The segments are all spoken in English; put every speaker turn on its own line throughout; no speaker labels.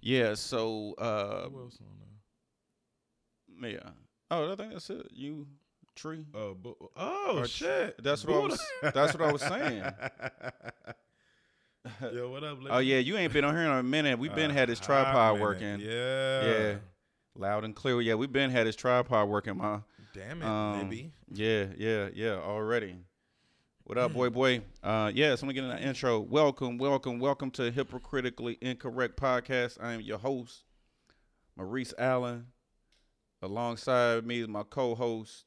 Yeah. So. Uh,
Who else on
yeah. Oh, I think that's it. You tree.
there? Uh, Bu- oh
Or-
shit!
That's what I was. That's what I was saying.
Yo, what up?
oh yeah, you ain't been on here in a minute. We've
Uh,
been had this tripod working.
Yeah.
Yeah. Loud and clear. Yeah, we've been had this tripod working, ma.
Damn it,
Um,
maybe.
Yeah, yeah, yeah. Already. What up, boy, boy? Uh, yeah, so I'm getting an intro. Welcome, welcome, welcome to Hypocritically Incorrect Podcast. I am your host, Maurice Allen. Alongside me is my co-host,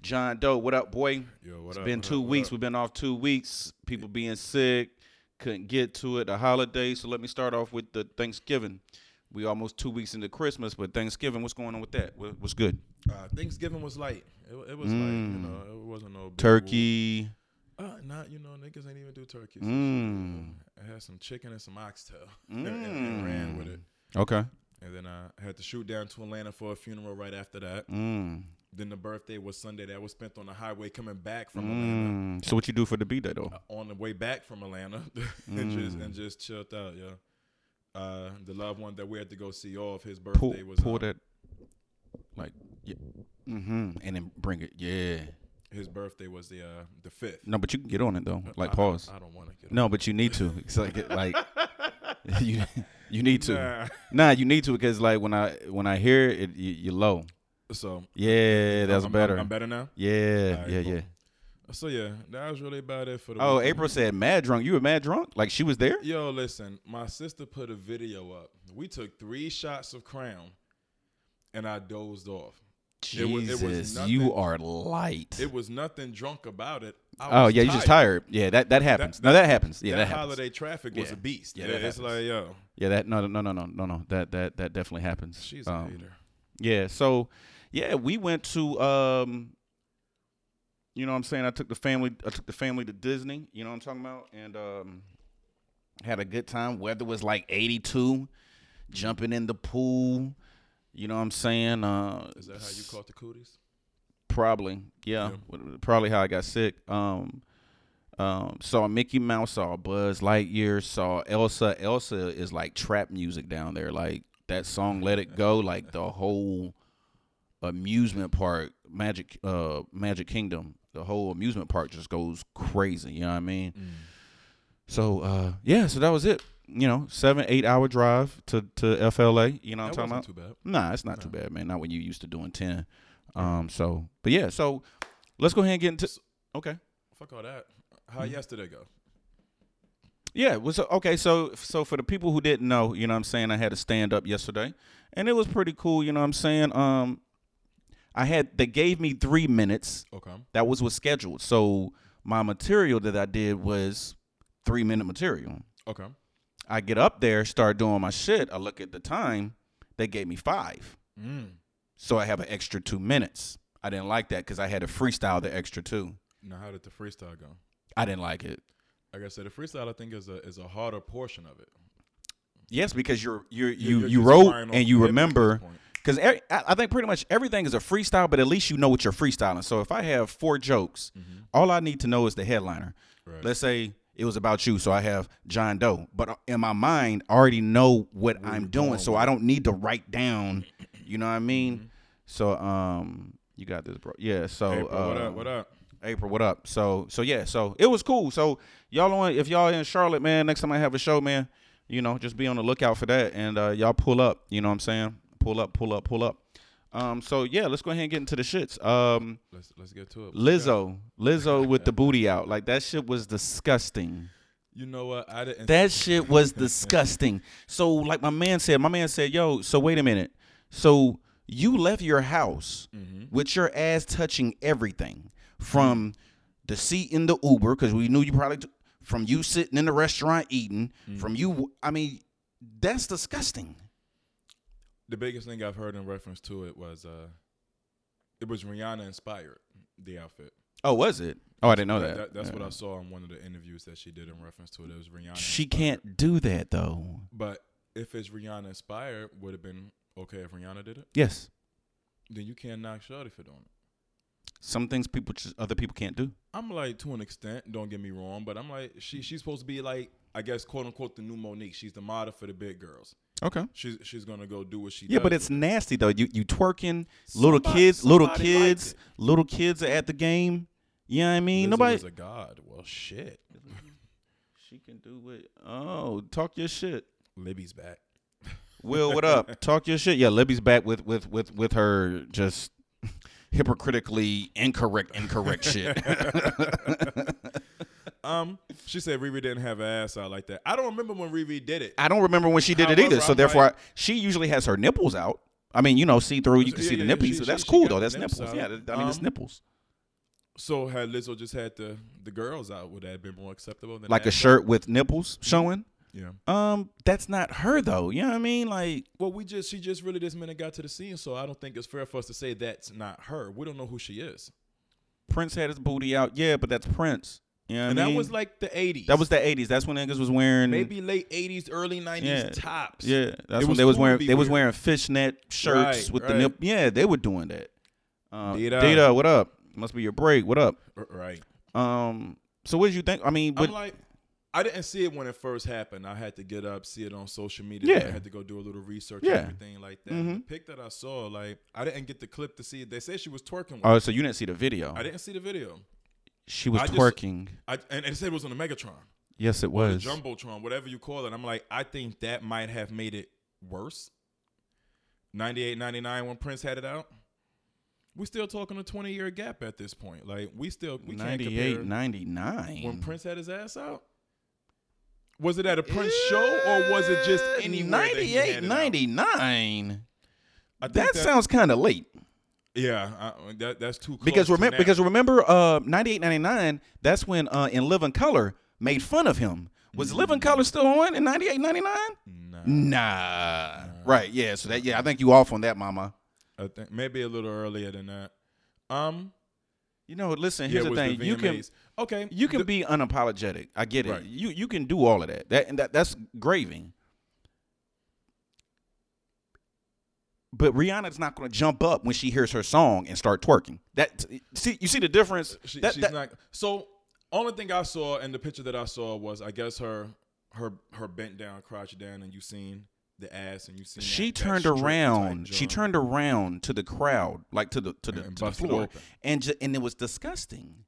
John Doe. What up, boy?
Yo, what
It's
up?
been
what
two
up, what
weeks.
up?
We've been off two weeks. People being sick, couldn't get to it. The holidays. So let me start off with the Thanksgiving. We almost two weeks into Christmas, but Thanksgiving. What's going on with that? What- What's good?
Uh, Thanksgiving was light. It, wa- it was light. You
Mm.
know, it wasn't no big
Turkey.
whoop. Uh, not you know, niggas ain't even do turkeys.
Mm.
I had some chicken and some oxtail and, and- and ran with
Mm.
it.
Okay.
And then I had to shoot down to Atlanta for a funeral right after that.
Mm.
Then the birthday was Sunday. That was spent on the highway coming back from Atlanta.
Mm. So what you do for the B day though?
Uh, on the way back from Atlanta and just
Mm.
and just chilled out, yeah. Uh, the loved one that we had to go see off, his birthday
Pull,
was
pull
um,
that. Like, yeah. Mm-hmm. And then bring it. Yeah.
his birthday was the uh, the fifth.
No, but you can get on it though. Like
I- I-
pause.
I, don't want to get
No, but you need to. It's like like you you need to.
Nah.
Nah, you need to because like when I when I hear it, it you, you're low.
So
Yeah, that's
I'm- I'm,
better.
I'm, better now.
yeah,
Alright,
yeah,
cool.
yeah.
So yeah, that was really about it for the.
Oh,
weekend.
April said mad drunk. You were mad drunk? Like she was there?
Yo, listen, my sister put a video up. We took three shots of Crown, and I dozed off. It was- it was
Jesus, you
nothing.
are light.
It was nothing drunk about it. I
oh
was
yeah, you just tired. Yeah, that that happens. no, that happens. Yeah,
that,
that, happens.
holiday traffic was
Yeah.
a beast.
Yeah,
Yeah,
that
it's
happens.
like yo,
Yeah, that no no no no no no that that that definitely happens.
she's a
um,
hater.
Yeah, so yeah, we went to um you know what I'm saying? I took the family I took the family to Disney, you know what I'm talking about? And um had a good time. Weather was like 82, jumping in the pool, you know what I'm saying? Uh
Is that how you caught the cooties?
probably. Yeah.
Yeah.
w- Probably how I got sick. Um um, saw Mickey Mouse, saw Buzz Lightyear, saw Elsa. Elsa is like trap music down there. Like that song "Let It Go," like the whole amusement park, Magic, uh, Magic Kingdom. The whole amusement park just goes crazy. You know what I mean?
Mm.
So uh, yeah, so that was it. You know, seven eight hour drive to to FLA. You know what
that
I'm talking
wasn't
about?
too bad.
Nah, it's not too bad, man. Not when you used to doing ten. Um, so but yeah, so let's go ahead and get into. Okay.
Fuck all that. How
Mm-hmm.
yesterday go?
Yeah, it was okay. So, so for the people who didn't know, you know, what I'm saying I had a stand up yesterday, and it was pretty cool. You know, what I'm saying, um, I had they gave me three minutes.
Okay.
That was what's scheduled. So my material that I did was three minute material.
Okay.
I get up there, start doing my shit. I look at the time. They gave me five,
Mm.
so I have an extra two minutes. I didn't like that because I had to freestyle the extra two.
Now, how did the freestyle go?
I didn't like it.
Like I said, the freestyle I think is a is a harder portion of it.
Yes, because you're you're
You're-
you
you're
you
just
wrote
firing off
and you
the hip at this
remember.
point.
Because I I think pretty much everything is a freestyle, but at least you know what you're freestyling. So if I have four jokes, all I need to know is the headliner.
Mm-hmm. Right.
Let's say it was about you, so I have John Doe. But uh, in my mind, I already know what I'm doing, so I don't need to write down. You know what I mean?
Mm-hmm.
So um, you got this, bro. Yeah. So
April, what
uh,
up? What up?
April, what up? So so yeah, so it was cool. So y'all on if y'all in Charlotte, man, next time I have a show, man, you know, just be on the lookout for that and uh y'all pull up, you know what I'm saying? Pull up, pull up, pull up. Um so yeah, let's go ahead and get into the shits. Um
Let's let's get to it.
Lizzo, Lizzo with the booty out. Like that shit was disgusting.
You know what? I didn't.
That shit was disgusting. So, like my man said, my man said, "Yo, so wait a minute. So you left your house
Mm-hmm.
with your ass touching everything from the seat in the Uber because we knew you probably t- from you sitting in the restaurant eating
Mm.
from you. I mean, that's disgusting.
the biggest thing I've heard in reference to it was uh, it was Rihanna inspired the outfit.
Oh, was it? Oh, I didn't know
That-
that.
that- that's what
Yeah.
I saw in one of the interviews that she did in reference to it. It was Rihanna.
She
inspired.
can't do that though.
But if it's Rihanna inspired, would have been okay if Rihanna did it.
Yes,
Then you can't knock Shawty for doing it.
some things people just other people can't do.
I'm like to an extent. Don't get me wrong, but I'm like she she's supposed to be like I guess quote unquote the new Monique. She's the model for the big girls.
Okay.
She's she's gonna go do what she
Yeah, but
does.
it's nasty though. You you twerking, little
Somebody-
kids, little
somebody liked
kids,
it.
little kids are at the game. You know what I mean?
Lizzo
Nobody.
is a god. Well, shit.
she can do it. Oh, talk your shit.
Libby's back.
Will, what up? Talk your shit. Yeah, Libby's back with with with with her just hypocritically incorrect incorrect shit.
Um, she said Riri didn't have an ass out like that. I don't remember when Riri did it.
I don't remember when she did it either.
However,
So
I'm
therefore,
like-
I, she usually has her nipples out. I mean, you know, see through. You can
Yeah,
see the
yeah,
nipples.
she-
so
she-
that's
she
cool
got
though.
the
That's
nipples
nipples.
out.
Yeah, th- I mean, it's
Um,
nipples.
So had Lizzo just had the the girls out, would that have been more acceptable? Than
Like a
that?
shirt with nipples showing.
Yeah.
Um, that's not her though. You know what I mean? Like,
Well, we just she just really this minute got to the scene, so I don't think it's fair for us to say that's not her. We don't know who she is,
Prince had his booty out. Yeah, but that's Prince. You know what
and
I mean?
that was like the '80s.
that was the '80s. That's when niggas was wearing
maybe late '80s, early '90s
Yeah.
tops.
Yeah, that's
It
when
was
they was
cool to
wearing they
be
was
weird.
wearing fishnet shirts
Right,
with the
right.
nip. Yeah, they were doing that. Um,
Dita.
Dita, what up? Must be your break. What up?
R- Right.
Um, so what did you think? I mean,
I'm
but
like, I didn't see it when it first happened. I had to get up, see it on social media.
Yeah.
I had to go do a little research
Yeah. Mm-hmm.
and everything like that. The pic that I saw, like, I didn't get the clip to see it. They say she was twerking. With
oh, so you didn't see the video?
I didn't see the video.
She was
I just-
twerking.
I, and it said it was on the Megatron,
yes, it
the
was.
Jumbotron, whatever you call it. I'm like, I think that might have made it worse. 98, 99 when Prince had it out. we still talking a 20 year gap at this point. Like, we still, we can't compare.
98, 99.
when Prince had his ass out? Was it at a Prince show or was it just
Yeah,
anywhere? that he
98,
had it out?
99.
I think
That, sounds kind of late
yeah. I, that, that's too close
because
to
remember
now.
because remember uh 98, 99, That's when uh in Living Color made fun of him.
Mm.
Was Living Color still on in 98, 99?
Nah,
Nah. Right. Yeah. So that. Yeah. I think you off on that, Mama.
I think maybe a little earlier than that. Um,
You know. Listen. Here's
yeah,
the
was
thing.
the
you can.
VMAs. okay,
You can
the-
be unapologetic. I get it.
Right.
You you can do all of that. That and that that's graving. But Rihanna's not going to jump up when she hears her song and start twerking. That see you see the difference.
she,
That-
she's
that-
not. So only thing I saw in the picture that I saw was I guess her her her bent down, crouched down, and you seen the ass and you seen
she
that- that
turned
strip type
around. She
joint.
turned around to the crowd, like to the to the,
And
to the
busted
floor,
open.
and ju- and it was disgusting.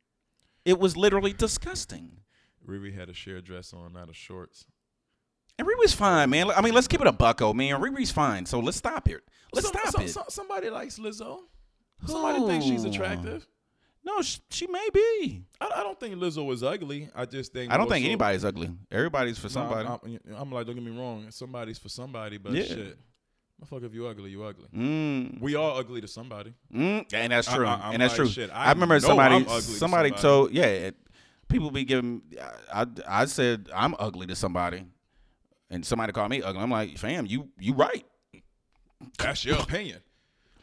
It was literally disgusting.
Riri had a sheer dress on, not a shorts.
And Riri's fine, man. I mean, let's keep it a bucko, man. Riri's fine. So let's stop it. Let's
Some-
stop
some-
it.
some- somebody likes Lizzo. Somebody thinks she's
Who?
attractive.
No, she, she may be.
I, I don't think Lizzo is ugly. I just think
I don't
more
think
so-
anybody's ugly. Everybody's for
No,
somebody.
I'm, I'm- I'm like, don't get me wrong. Somebody's for somebody, but
Yeah.
shit, motherfucker, if you ugly, you ugly.
Mm,
We all ugly to somebody.
mm, and that's
I-
true.
I- I'm
and that's
like,
true.
shit,
I,
I
remember
know
somebody.
I'm ugly to
somebody
somebody.
told. Yeah, it- people be giving. I, I I said I'm ugly to somebody, and somebody called me ugly. I'm like, fam, you you right.
That's your opinion.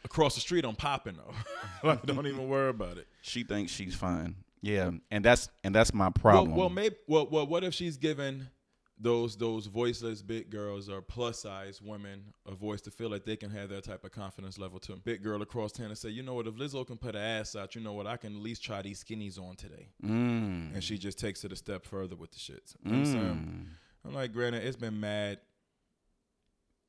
Across the street, I'm popping though. like, don't even worry about it.
She thinks she's fine. Yeah, and that's and that's my
Well,
problem.
well, maybe. Well, well, what if she's given those those voiceless big girls or plus size women a voice to feel like they can have that type of confidence level to a big girl across town and say, you know what, if Lizzo can put her ass out, you know what, I can at least try these skinnies on today.
mm,
and she just takes it a step further with the shits. You know what I'm saying?
mm.
I'm like, granted, it's been mad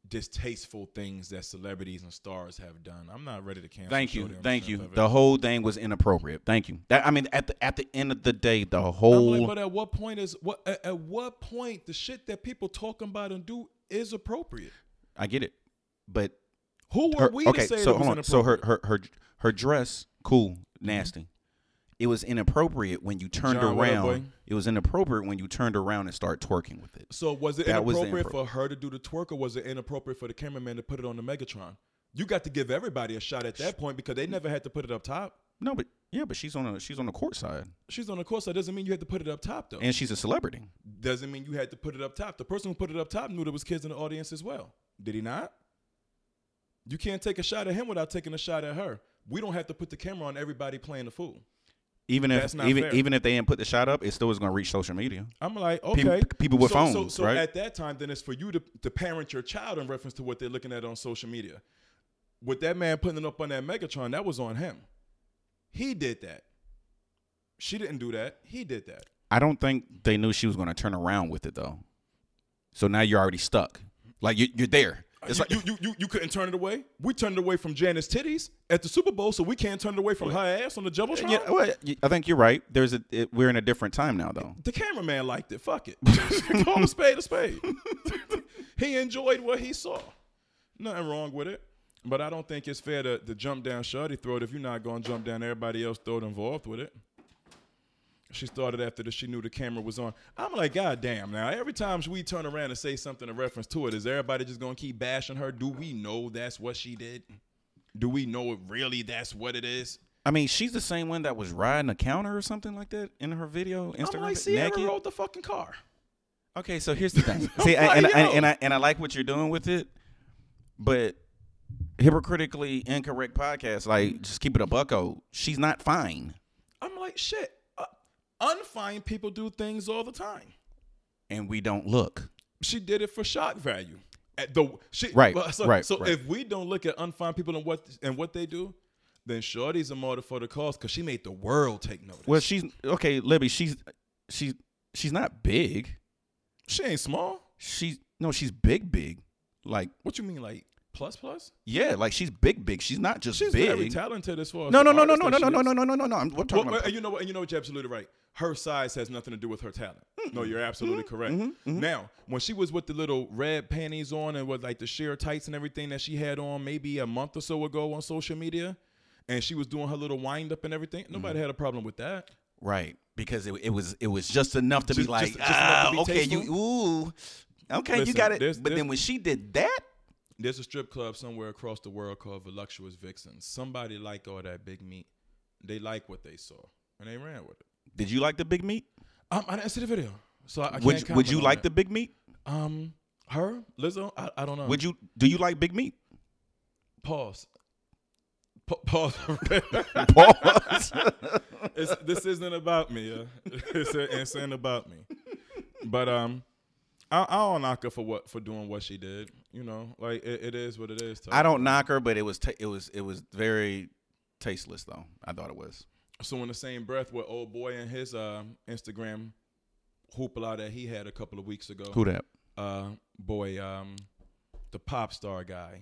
distasteful things that celebrities and stars have done. I'm not ready to cancel.
Thank
show
you,
them
thank
shit
you.
of it.
The whole thing was inappropriate. Thank you. That I mean, at the at the end of the day, the
I'm
whole
like, but at what point is what? At, at what point the shit that people talking about and do is appropriate?
I get it, but
Who
her,
are we
okay.
to say
so
it was
hold on. So her
inappropriate? Mm-hmm.
her her her dress, cool, nasty. It was inappropriate when you turned
John, what up, boy?
around. It was inappropriate when you turned around and started twerking with it.
So was it
That was
inappropriate
inappropriate.
for her to do the twerk, or was it inappropriate for the cameraman to put it on the Megatron? You got to give everybody a shot at that point because they never had to put it up top.
No, but yeah, but she's on a she's on the court side,
She's on the course. That doesn't mean you had to put it up top though.
and she's a celebrity.
doesn't mean you had to put it up top. The person who put it up top knew there was kids in the audience as well. Did he not? You can't take a shot at him without taking a shot at her. We don't have to put the camera on everybody playing the fool.
Even if
That's not
even
fair.
even if they didn't put the shot up, it still is going to reach social media.
I'm like,
People-
okay,
people with
so, So,
phones,
so
right?
at that time, then it's for you to, to parent your child in reference to what they're looking at on social media. With that man putting it up on that Megatron, that was on him. He did that. She didn't do that. He did that.
I don't think they knew she was going to turn around with it though. So now you're already stuck. Like you, you're there. It's
you,
like
you, you, you, you couldn't turn it away. We turned it away from Janice titties at the Super Bowl, so we can't turn it away from her ass on the jumbotron.
Yeah, well, y- I think you're right. There's a it, we're in a different time now though.
The cameraman liked it. Fuck it. Call a spade a spade. he enjoyed what he saw. Nothing wrong with it. But I don't think it's fair to, to jump down Shorty throat if you're not gonna jump down everybody else throat involved with it. She started after this. She knew the camera was on. I'm like, God damn! Now every time we turn around and say something in reference to it, is everybody just gonna keep bashing her? Do we know that's what she did? Do we know it really? That's what it is.
I mean, she's the same one that was riding a counter or something like that in her video Instagram.
I'm like, Sierra
naked.
rode the fucking car.
Okay, so here's the thing. See,
like,
I, and, I- and,
yo.
I and I like what you're doing with it, but hypocritically incorrect podcast. Like, just keep it a bucko. She's not fine,
I'm like, shit. Uh, unfine people do things all the time.
and we don't look.
She did it for shock value. At the she,
Right,
well, So,
right,
so
right.
if we don't look at unfine people and what and what they do, then Shorty's a martyr for the cause because she made the world take notice.
Well, she's okay, Libby. She's she's she's not big.
she ain't small.
She's no, she's big, big. Like
What you mean, like plus plus?
yeah, like she's big, big. She's not just
She's very
big.
talented as far as
No,
the
no, no, no,
artist
no, no,
that
no,
she
no,
is.
no, no, no, no. I'm we're
Well,
talking
well,
about
and you know what? And you know what? You're absolutely right. Her size has nothing to do with her talent. No, you're absolutely correct. Now, when she was with the little red panties on and with like the sheer tights and everything that she had on, maybe a month or so ago on social media, and she was doing her little wind up and everything, nobody had a problem with that.
right because it, it was it was just enough to
Just-
be like
just- just enough
ah,
to be
okay, you
tasteful."
ooh, okay, you
Listen,
got it.
there's-
but then
there's-
when she did that,
There's a strip club somewhere across the world called Voluptuous Vixen. Somebody like all that big meat. They like what they saw and they ran with it.
did you like the big meat?
Um, I didn't see the video, so I, I
would
can't
you, would you like
the
the big meat?
um her Lizzo? I, I don't know.
Would you do you like big meat?
Pause. Pa- pause.
Pause.
It's- this isn't about me. Yeah. It's, it's ain't about me. But um, I, I don't knock her for what for doing what she did. You know, like it, it is what it is.
I don't knock her, but it was ta it was it was very tasteless though. I thought it was.
So in the same breath, with old boy and his uh, Instagram hoopla that he had a couple of weeks ago.
that?
Uh, boy, um, the pop star guy,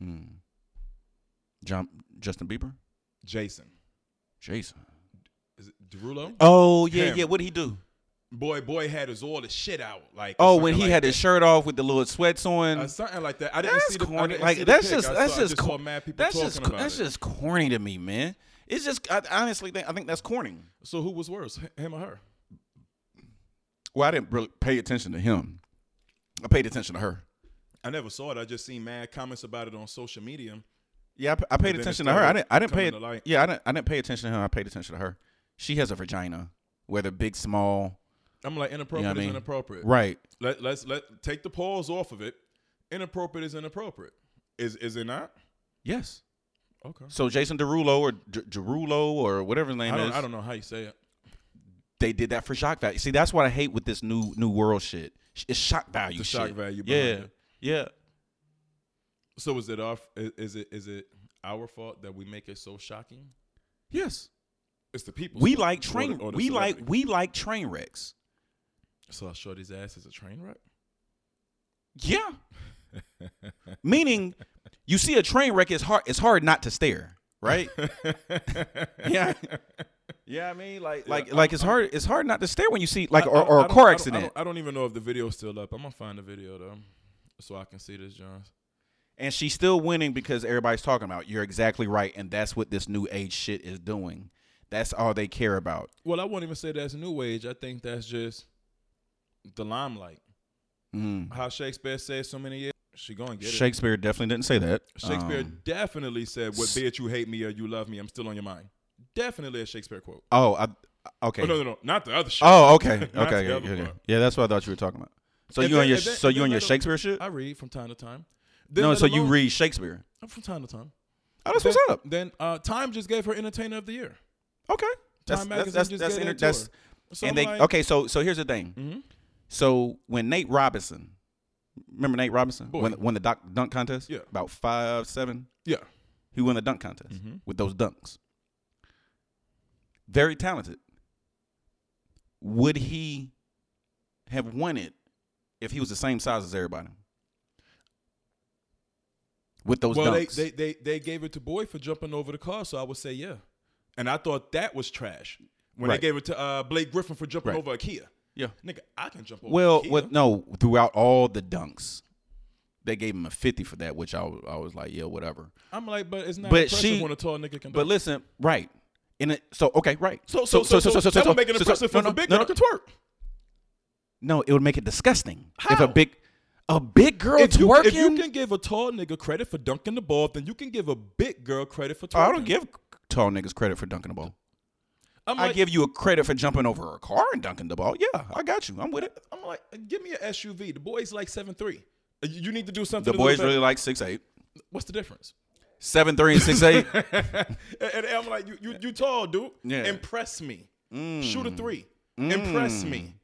Hmm. Jump Justin Bieber,
Jason.
Jason.
Is it Derulo?
Oh yeah,
Him.
yeah. What would he do?
Boy, boy had his all the shit out. Like
Oh,
or
when he
something like
had his shirt off with the little sweats on.
Uh, something like that. I didn't
that's
see the I
corny.
didn't see
Like
the
that's
pic.
just
I
that's
saw- I
just
saw
cor-
mad people
that's
talking
just
about
that's
it.
just corny to me, man. It's just I I honestly think I think that's corny.
So who was worse, h- him or her?
Well, I didn't really pay attention to him. I paid attention to her.
I never saw it. I just seen mad comments about it on social media.
Yeah, I, p- I paid
then it
attention to her. I
started
didn't. I didn't pay.
coming to
It,
light.
yeah, I didn't. I didn't pay attention to him. I paid attention to her. She has a vagina, whether big, small.
I'm like, inappropriate
I mean?
is inappropriate.
Right.
Let, let's let take the pause off of it. Inappropriate is inappropriate. Is is it not?
Yes.
Okay.
So Jason Derulo or D- Derulo or whatever his name
I don't,
is,
I don't know how you say it.
they did that for shock value. See, that's what I hate with this new new world shit. Sh- It's shock value.
The
shit.
shock value
Yeah.
behind it.
Yeah.
So is it our is, is it is it our fault that we make it so shocking?
Yes.
It's the people.
We like train.
or the
we like
celebrity.
we like train wrecks.
So I Shorty's ass is a train wreck.
Yeah. Meaning, you see a train wreck. It's hard. It's hard not to stare. Right. yeah. Yeah, I mean, like, like, like it's hard. It's hard not to stare when you see, like,
I-
or,
I-
or
I
a
don't-
car
I don't- I
accident.
don't, I don't even know if the video's still up. I'm gonna find the video though, so I can see this, John.
And she's still winning because everybody's talking about. You're exactly right, and that's what this new age shit is doing. That's all they care about.
Well, I won't even say that's new age. I think that's just the limelight.
Mm.
How Shakespeare said so many years, she gonna get it.
Shakespeare definitely didn't say that.
Shakespeare
Um,
definitely said, "What
s-
be it you hate me or you love me, I'm still on your mind." Definitely a Shakespeare quote.
oh, I, okay.
Oh, no, no, no, not the other shit.
Oh, okay, okay,
Not the
okay,
other
okay.
part.
Yeah, that's what I thought you were talking about. So
And
you
then-
on your,
and then-
so
and
you
then
on your
let al-
Shakespeare shit?
I read from time to time. Then
No,
let
so you
alone-
read Shakespeare.
from time to time.
Oh, that's what's
then,
up.
Then uh, Time just gave her Entertainer of the Year.
Okay, that's that's
Time magazine
that's
just
that's,
gave
inter-
that to her.
that's
So
and they
I'm like,
okay. So so here's the thing.
Mhm.
So when Nate Robinson, remember Nate Robinson,
Boy.
won, won the doc, dunk contest.
Yeah.
about five seven.
Yeah.
He won the dunk contest
Mhm.
with those dunks. Very talented. would he have won it if he was the same size as everybody? With those
well, they,
dunks.
they they they gave it to Boyd for jumping over the car, so I would say yeah. And I thought that was trash when
Right.
they gave it to uh, Blake Griffin for jumping
Right.
over a Kia.
yeah.
Nigga, I can jump over.
Well,
a Kia.
what no, throughout all the dunks, they gave him a 50 for that, which I, wa- I was like, yeah, whatever.
I'm like, but it's not
But
impressive
she-
when a tall nigga can.
But
dunk.
listen, right. And it, so okay, right.
so so so so, so, that would make it
so- so-
impressive
no,
if
no,
a big
no,
girl
no.
can twerk.
No, it would make it disgusting if
How?
a big a big girl
If you,
twerking.
if you can give a tall nigga credit for dunking the ball, then you can give a big girl credit for twerking.
Oh, I don't give tall niggas credit for dunking the ball.
I'm
I
like,
give you a credit for jumping over a car and dunking the ball. Yeah, I got you. I'm with it.
I'm like, give me an SUV. The boy's like seven three. You need to do something.
The
a little
boys
better.
really like six eight,
What's the difference?
seven three and six eight.
and, and I'm like, you, you, you tall, dude.
Yeah. Mm.
Impress me. Shoot a three. Impress me.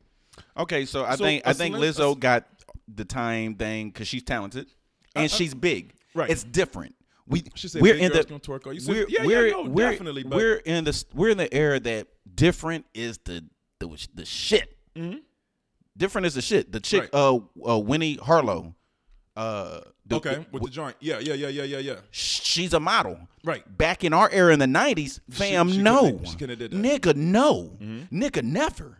Okay, so I
So,
think
a
I think
slim- a s-
Lizzo got the time thing because she's talented and she's big.
Uh, right.
It's different. We
She said
we're
big
in the
girls gonna twerk all- You said-
we're,
yeah, yeah,
we're,
no,
we're,
definitely, but-
we're in this we're in the era that different is the the the shit. Different is the shit. The chick,
Mm-hmm. Right.
uh, uh, Winnie Harlow, uh, the-
Okay, with the joint. Yeah, yeah, yeah, yeah, yeah, yeah.
she's a model.
Right.
Back in our era in the nineties, fam,
she
no,
couldn't- she couldn't have did Mm-hmm.
nigga, no, nigga, never.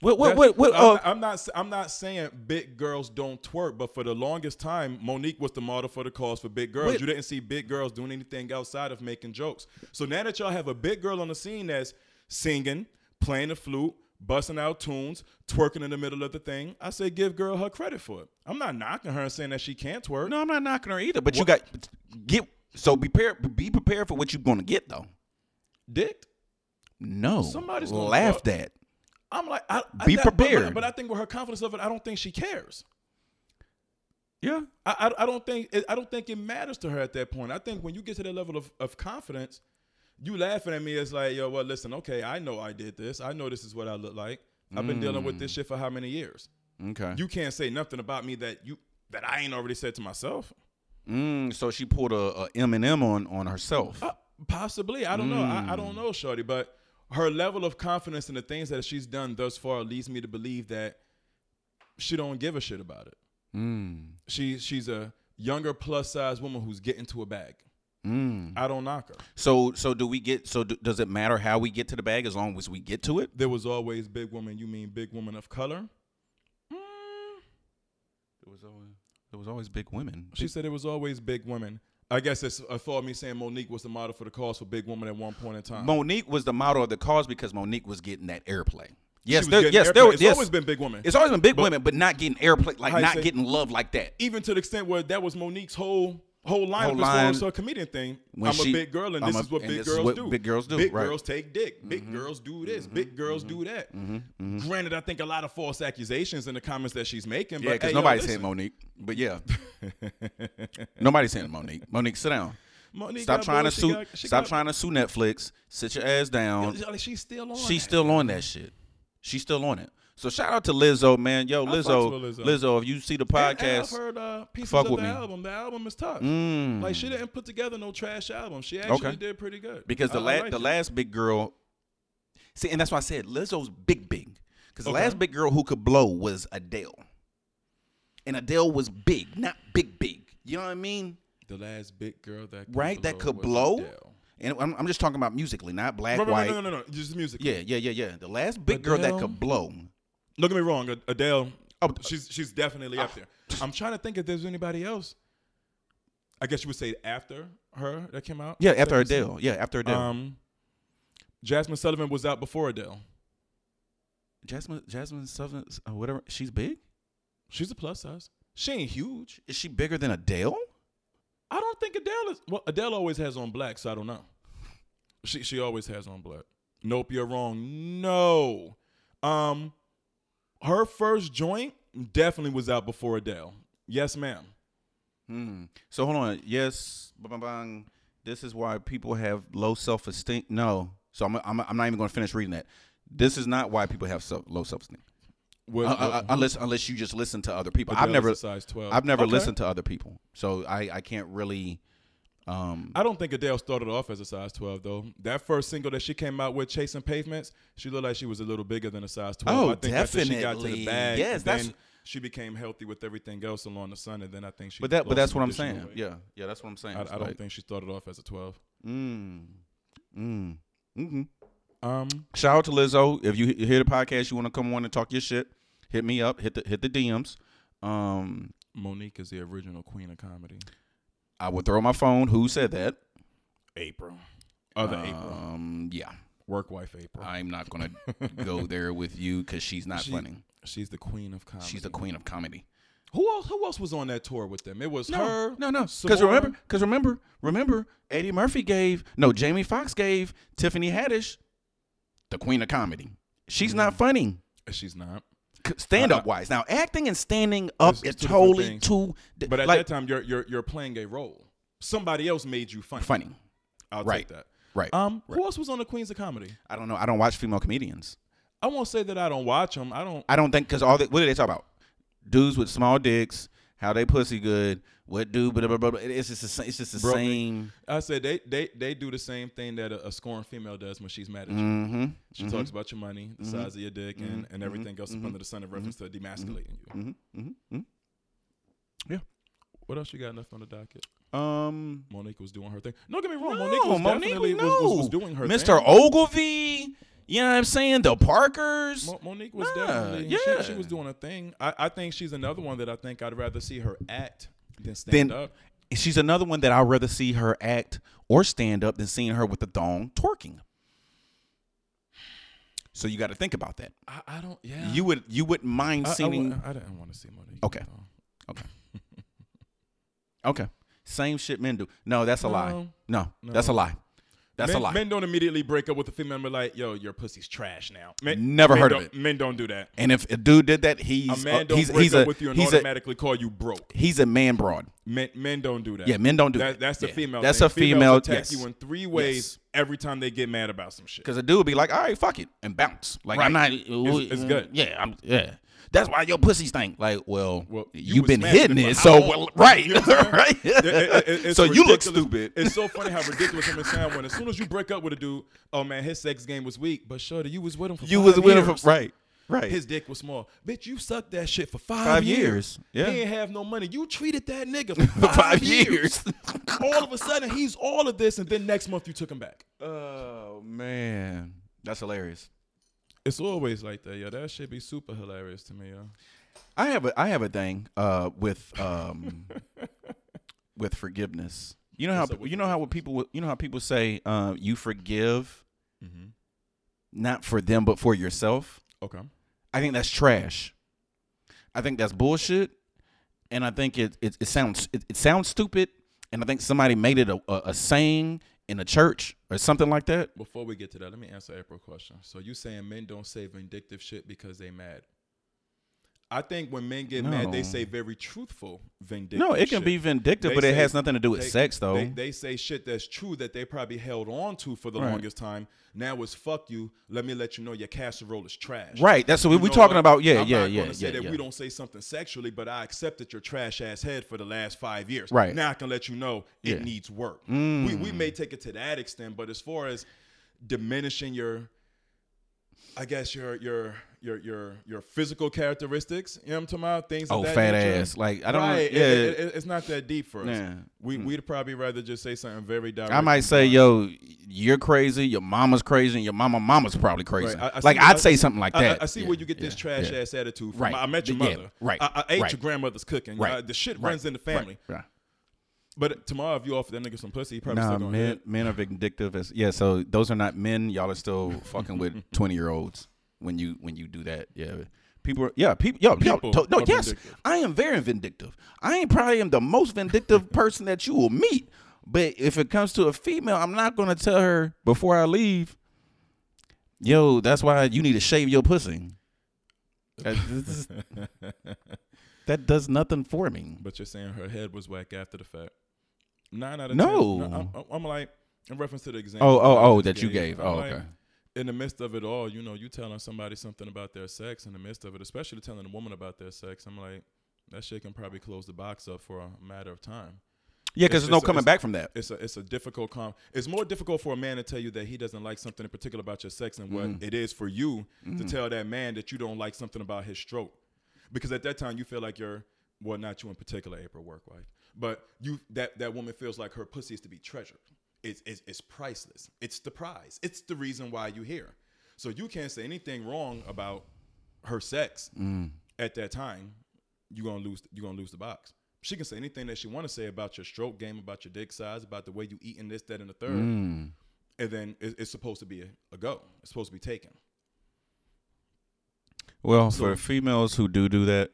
What what
That's-
what what?
I'm,
Uh,
I'm not. s- I'm not saying big girls don't twerk, but for the longest time, Monique was the model for the cause for big girls.
Wait.
You didn't see big girls doing anything outside of making jokes. So now that y'all have a big girl on the scene that's singing, playing the flute, busting out tunes, twerking in the middle of the thing, I say give girl her credit for it. I'm not knocking her and saying that she can't twerk.
no, I'm not knocking her either. But you got get so be prepared. Be prepared for what you're gonna get though.
Dick.
No,
Somebody's gonna
laughed
fuck.
at.
I'm like, I, I-
Be
that- but- but-
prepared.
But, I think with her confidence of it, I don't think she cares.
Yeah,
I, I, I don't think it, I don't think it matters to her at that point. I think when you get to that level of, of confidence, you laughing at me it's like, yo, well, listen, okay, I know I did this. I know this is what I look like. I've been dealing with this
Mm.
shit for how many years?
okay.
You can't say nothing about me that you that I ain't already said to myself.
Mm, so she pulled a, a Eminem on on herself.
Uh, possibly, I don't know. I, I
Mm.
don't know, Shorty, but her level of confidence in the things that she's done thus far leads me to believe that she don't give a shit about it.
Mm,
She she's a younger plus size woman who's getting to a bag.
mm.
I don't knock her.
So so do we get? So do, does it matter how we get to the bag as long as we get to it?
There was always big woman. You mean big woman of color? Mm.
It was always it was always big women.
She said it was always big women. I guess it's a thought of me saying Monique was the model for the cause for big woman at one point in time.
Monique was the model of the cause because Monique was getting that airplay.
She
Yes,
was
there,
getting
yes,
airplay.
there,
it's
yes.
always been big women.
it's always been big
But-
women, but not getting airplay, like
How you
not
say-
getting love like that.
Even to the extent where that was Monique's whole whole line
Whole
as far as
line.
her comedian thing.
When
I'm
she-
a big girl, and this
I'm a-
is what
and
big
this is
girls
what
do.
big girls do,
Big
right. Mm-hmm.
girls take dick. Big girls do this. Big girls do that. Granted, I think a lot of false accusations in the comments that she's making.
Yeah,
but
because
hey, yo,
nobody's
listen.
saying Monique, but yeah, nobody's saying Monique. Monique, sit down.
Monique
Stop
got
trying to
boys, she
sue.
got- she
stop
got-
trying to sue Netflix. Sit your ass down.
Like, she's still on.
She's
that.
still on that shit. She's still on it. So shout out to Lizzo, man. Yo,
fucks
Lizzo,
with
Lizzo,
Lizzo.
if you see the
And- and
podcast,
I've heard uh, pieces
fuck
of
with
the
me.
album. The album is tough.
Mm.
Like she didn't put together no trash album. She actually
Okay.
did pretty good.
because the
I- I
last
liked
the
it.
last big girl, see, and that's why I said Lizzo's big big, because the
Okay.
last big girl who could blow was Adele, and Adele was big, not big big. You know what I mean?
the last big girl that could
Right? that could
was
blow.
Adele.
And I'm, I'm just talking about musically, not black,
Right,
white.
right, no, no, no, no, just music.
Yeah, yeah, yeah, yeah. The last big girl that
Adele.
could blow.
Don't get me wrong, Ad- Adele.
Oh, Ah.
she's she's definitely up there. I'm trying to think if there's anybody else. I guess you would say after her that came out.
Yeah, after
That you
Adele. Yeah, after
said.
Adele.
Um, Jasmine Sullivan was out before Adele.
Jasmine, Jasmine, Southern, uh, whatever. She's big.
She's a plus size. She ain't huge.
Is she bigger than Adele?
I don't think Adele is. Well, Adele always has on black, so I don't know. She she always has on black. Nope, you're wrong. No, um, her first joint definitely was out before Adele. Yes, ma'am.
Hmm. So hold on. Yes. Bang, bang. This is why people have low self esteem. No. So I'm, I'm, I'm not even going to finish reading that. This is not why people have self, low self esteem.
Was,
uh, unless unless you just listen to other people.
Adele
I've
is
never
a size twelve.
I've never
Okay.
listened to other people, so I I can't really Um,
I don't think Adele started off as a size 12 though. That first single that she came out with, Chasing Pavements, she looked like she was a little bigger than a size 12.
Oh,
I think after she got to
definitely.
the bag,
Yes,
then
that's-
she became healthy with everything else along the sun, and then I think she.
but that but
lost
that's
some
what I'm
additional
saying.
weight.
Yeah, yeah, that's what I'm saying.
I, I
It's
don't
like,
think she started off as a 12.
Mm, mm, mm
Um,
Shout out to Lizzo. If you he- hear the podcast, you want to come on and talk your shit, hit me up. Hit the hit the DMs. Um,
Monique is the original queen of comedy.
I would throw my phone. Who said that?
April, other April, Uh,
Um, yeah,
work wife April.
I'm not gonna go there with you because she's not
She-
funny.
She's the queen of comedy.
She's the queen of comedy.
Who else? Who else was on that tour with them? It was her.
no, no. Because
Samora.
remember, because remember, remember, Eddie Murphy gave no. Jamie Foxx gave Tiffany Haddish the queen of comedy. She's
Mm.
not funny.
she's not.
Stand up
I-
wise, now acting and standing up
Uh, It's-
is
it's two different
totally
things.
two. di-
But at
like,
that time, you're you're you're playing a role. Somebody else made you funny.
funny,
I'll
Right.
take that.
right?
Um, who else was on the Queens of Comedy?
I don't know. I don't watch female comedians.
I won't say that I don't watch them. I don't.
I don't think because all the, what do they talk about? Dudes with small dicks, how they pussy good, what do blah blah blah. blah. It- It's just the same. It's just the
Bro,
same.
I said they they they do the same thing that a, a scorned female does when she's mad at you.
Mm-hmm.
She talks about your money, the size of your dick, and, and everything else up under the sun in reference to demasculating
Mm-hmm.
you.
Yeah.
What else you got left on the docket?
Um.
Monique was doing her thing. Don't get me
No,
wrong. Monique was definitely was, was, was
no.
doing her
Mr.
thing.
Ogilvy. You know what I'm saying? The Parkers.
Mo- Monique was
Nah,
definitely
yeah.
she, she was doing a thing. I, I think she's another one that I think I'd rather see her act than stand
Then-
up.
She's another one that I'd rather see her act or stand up than seeing her with the thong twerking. So you got to think about that.
I, I don't. Yeah, Uh, oh,
You would you would mind
I, I,
seeing?
wa- I didn't want to see Monique.
Okay.
though.
okay, same shit men do. No, that's a lie.
uh, No.
No, that's a lie. That's a
men,
lie.
Men don't immediately break up with a female and be like, "Yo, your pussy's trash now." Men,
Never
men
heard of
don't-
it.
Men don't do that.
And if a dude did that, he's
a man
uh,
don't
he's
break
he's
up
a
with you and
he's a
automatically call you broke.
he's a man broad.
Men, men don't do that.
Yeah, men don't do
That,
that.
that's the
Yeah.
female.
That's
thing.
a
Females
female-
attack
yes.
you in three ways
Yes.
every time they get mad about some shit.
Because a dude would be like, all right, fuck it, and bounce. Like I'm not.
Right. It's- it's good.
Yeah, I'm. Yeah. That's why your pussy stink. Like, well,
Well, you
you have
was
been
smashing
hitting
it for
it, so
hours.
well, right,
You know what I'm saying?
right.
It- it- it- it's
so you look
ridiculous.
stupid.
It's so funny how ridiculous I'm saying when as soon as you break up with a dude, oh man, his sex game was weak, but sure, you was with him for
You
five
was with him
years.
for right, right.
His dick was small. Bitch, you sucked that shit for five,
Five
years.
years, yeah.
He ain't have no money. You treated that nigga for
for
five,
five
years.
years.
all of a sudden, he's all of this, and then next month you took him back.
oh man, that's hilarious.
It's always like that, yo. That should be super hilarious to me, yo.
I have a I have a thing uh, with um, with forgiveness. You know how
What's up with
you know how what people you know how people say uh, you forgive
Mm-hmm.
not for them but for yourself.
Okay.
I think that's trash. I think that's bullshit, and I think it it, it sounds it, it sounds stupid. And I think somebody made it a, a, a saying in a church or something like that.
Before we get to that, let me answer April's question. So you saying men don't say vindictive shit because they mad? I think when men get mad, they
No.
say very truthful vindictive.
No, it can
shit.
be vindictive,
They
but it
say-
has nothing to do with
they-
sex, though.
They, they say shit that's true that they probably held on to for the
Right.
longest time. Now it's fuck you. Let me let you know your casserole is trash.
right. That's what we-
You
we're
know
talking
what?
about. Yeah,
I'm
yeah,
not
yeah,
gonna say
yeah,
that
yeah.
we don't say something sexually, but I accepted your trash ass head for the last five years.
Right.
now, I can let you know it
Yeah. Mm.
needs work. We we may take it to that extent, but as far as diminishing your, I guess your your your your your physical characteristics, you know what I'm talking about? Things. of
Oh,
that
fat
nature.
ass. Like, I don't-
Right. It-
yeah.
it- it- it's not that deep for us.
Yeah. Mm.
We we'd probably rather just say something very direct.
I might
and
say,
blunt.
yo, you're crazy. Your mama's crazy, and your mama mama's probably crazy.
Right, I- I see
like
what-
I'd
I-
say something like
I- I-
that.
I, see
Yeah,
where you get this
yeah,
trash
yeah.
ass attitude from.
Right.
I met your
Yeah,
mother.
right,
I, I ate
right.
your grandmother's cooking.
Right.
Uh, the shit
Right,
runs in the
right,
family.
right.
But tomorrow, if you offer that nigga some pussy, he probably
Nah,
still gonna
men,
hit.
men are vindictive as yeah. So those are not men. Y'all are still fucking with twenty year olds when you when you do that. Yeah, people. are- Yeah, people. Yo, yo,
People
to- no,
are
yes,
vindictive.
I am very vindictive. I ain't probably am the most vindictive person that you will meet. But if it comes to a female, I'm not gonna tell her before I leave. Yo, that's why you need to shave your pussy. That, this is- that does nothing for me.
But you're saying her head was whack after the fact. Nine out of
No.
ten. I'm- I'm, I'm like in reference to the example.
Oh, oh,
I
oh,
just
that you gave.
I'm
Oh,
like,
okay.
in the midst of it all, you know, you telling somebody something about their sex in the midst of it, especially telling a woman about their sex, I'm like, that shit can probably close the box up for a matter of time.
Yeah, because
It's-
there's no
it's a-
coming
it's-
back from that.
It's a it's a difficult com. It's more difficult for a man to tell you that he doesn't like something in particular about your sex than what it is for you to tell that man that you don't like something about his stroke, because at that time you feel like you're well, not you in particular, April work wife, but you that that woman feels like her pussy is to be treasured. It's it's, it's priceless. It's the prize. It's the reason why you here. So you can't say anything wrong about her sex at that time you're gonna lose you gonna lose the box. She can say anything that she wanna say about your stroke game, about your dick size, about the way you eat and this, that, and the third. And then it- it's supposed to be a, a go. It's supposed to be taken.
Well,
So-
for females who do do that,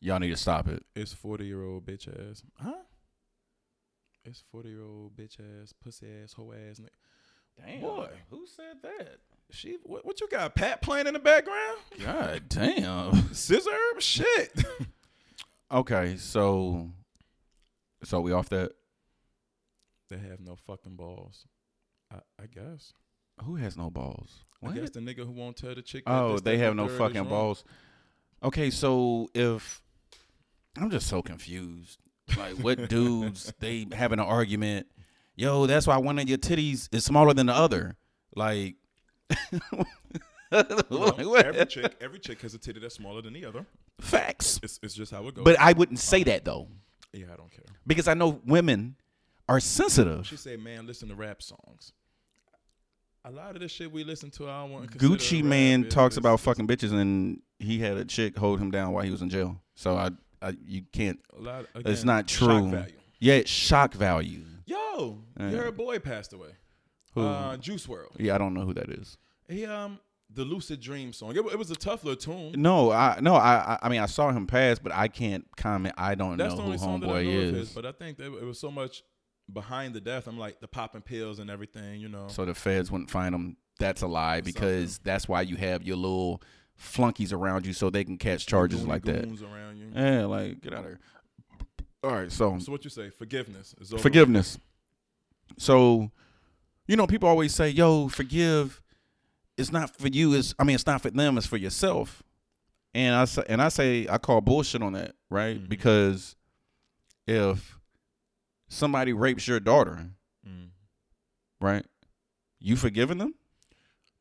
y'all need to stop it.
It's forty year old bitch ass. Huh? It's forty year old bitch ass, pussy ass, hoe ass. ni-
Damn.
Boy.
Who said that?
She what, what you got? Pat playing in the background?
God damn.
Scissor herb? Shit.
Okay, so so we off that.
they have no fucking balls. I, I guess.
Who has no balls?
I guess
What?
the nigga who won't tell the chick. that
Oh,
this,
they
that,
have
and the
no
third is
fucking
wrong.
balls. Okay, so if I'm just so confused. Like what dudes they having an argument. Yo, that's why one of your titties is smaller than the other. Like,
Well,
Like, what?
every chick, every chick has a titty that's smaller than the other.
facts.
It's, it's just how it goes.
But I wouldn't say that though.
yeah, I don't care.
because I know women are sensitive.
She said, "Man, listen to rap songs." A lot of the shit we listen to, I don't want.
Gucci man talks about fucking bitches, and he had a chick hold him down while he was in jail. So I, I you can't.
A lot, again,
It's not true.
Shock value.
Yeah, it's shock value.
Yo,
Yeah.
your boy passed away.
Who?
Uh, Juice World.
yeah, I don't know who that is.
He um the Lucid Dream song. It, wa- it was a tough little tune.
No, I no, I I- I mean I saw him pass, but I can't comment. I don't
That's
know
the
who
only song that I
homeboy
know of his.
is.
But I think that it was so much behind the death. I'm like the popping pills and everything. You know.
So the feds wouldn't find him. That's a lie because that's why you have your little flunkies around you so they can catch charges
Goony
like that.
goons around you.
Yeah, like get out of here. All right, so
So what you say? Forgiveness is over.
forgiveness. So, you know, people always say, "Yo, forgive." It's not for you. It's I mean, it's not for them. It's for yourself. And I say, and I say, I call bullshit on that, right?
Mhm.
Because if somebody rapes your daughter,
Mm.
right, you forgiving them?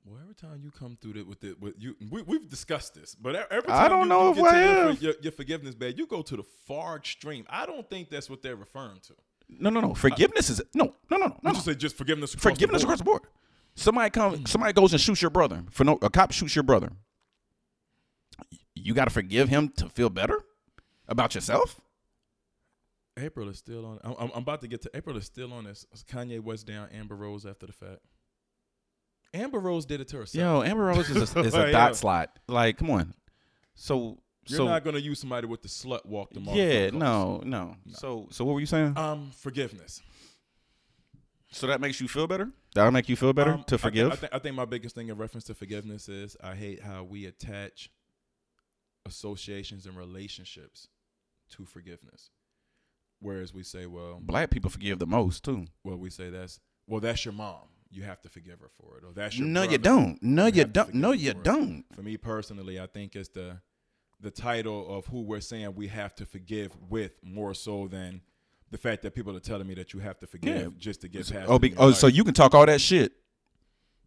Well, every time you come through that with it, with you, we, we've discussed this, but e- every time
I don't
you,
know
you
if
get
I
to your-
have.
Your, your forgiveness bad, you go to the far extreme. I don't think that's what they're referring to.
No, no, no. Forgiveness is no, no, no, no, no.
You just say just forgiveness. Across
forgiveness
the board.
across the board. Mm. Somebody comes, somebody goes and shoots your brother for no. A cop shoots your brother. You got to forgive him to feel better about yourself.
April is still on. I'm, I'm- I'm about to get to April is still on this. Kanye West down Amber Rose after the fact. Amber Rose did it to herself.
Yo, Amber Rose is a, is a
Yeah.
dot slot. Like, come on. So,
You're
so
not gonna use somebody with the slut walk tomorrow.
yeah, no, no, So, so what were you saying?
Um, forgiveness.
so that makes you feel better. That'll make you feel better
Um,
to
I thi-
forgive.
I, thi- I think my biggest thing in reference to forgiveness is I hate how we attach associations and relationships to forgiveness. Whereas we say, well,
Black people forgive the most too.
well, we say that's well, that's your mom. You have to forgive her for it, or that's your
No, you
brother.
don't. No,
You
you,
have to
don't.
forgive
No,
them
you
for it.
don't.
For me personally, I think it's the the title of who we're saying we have to forgive with more so than the fact that people are telling me that you have to forgive
Yeah.
just to get past.
Oh,
it
be,
in your
oh,
life.
so you can talk all that shit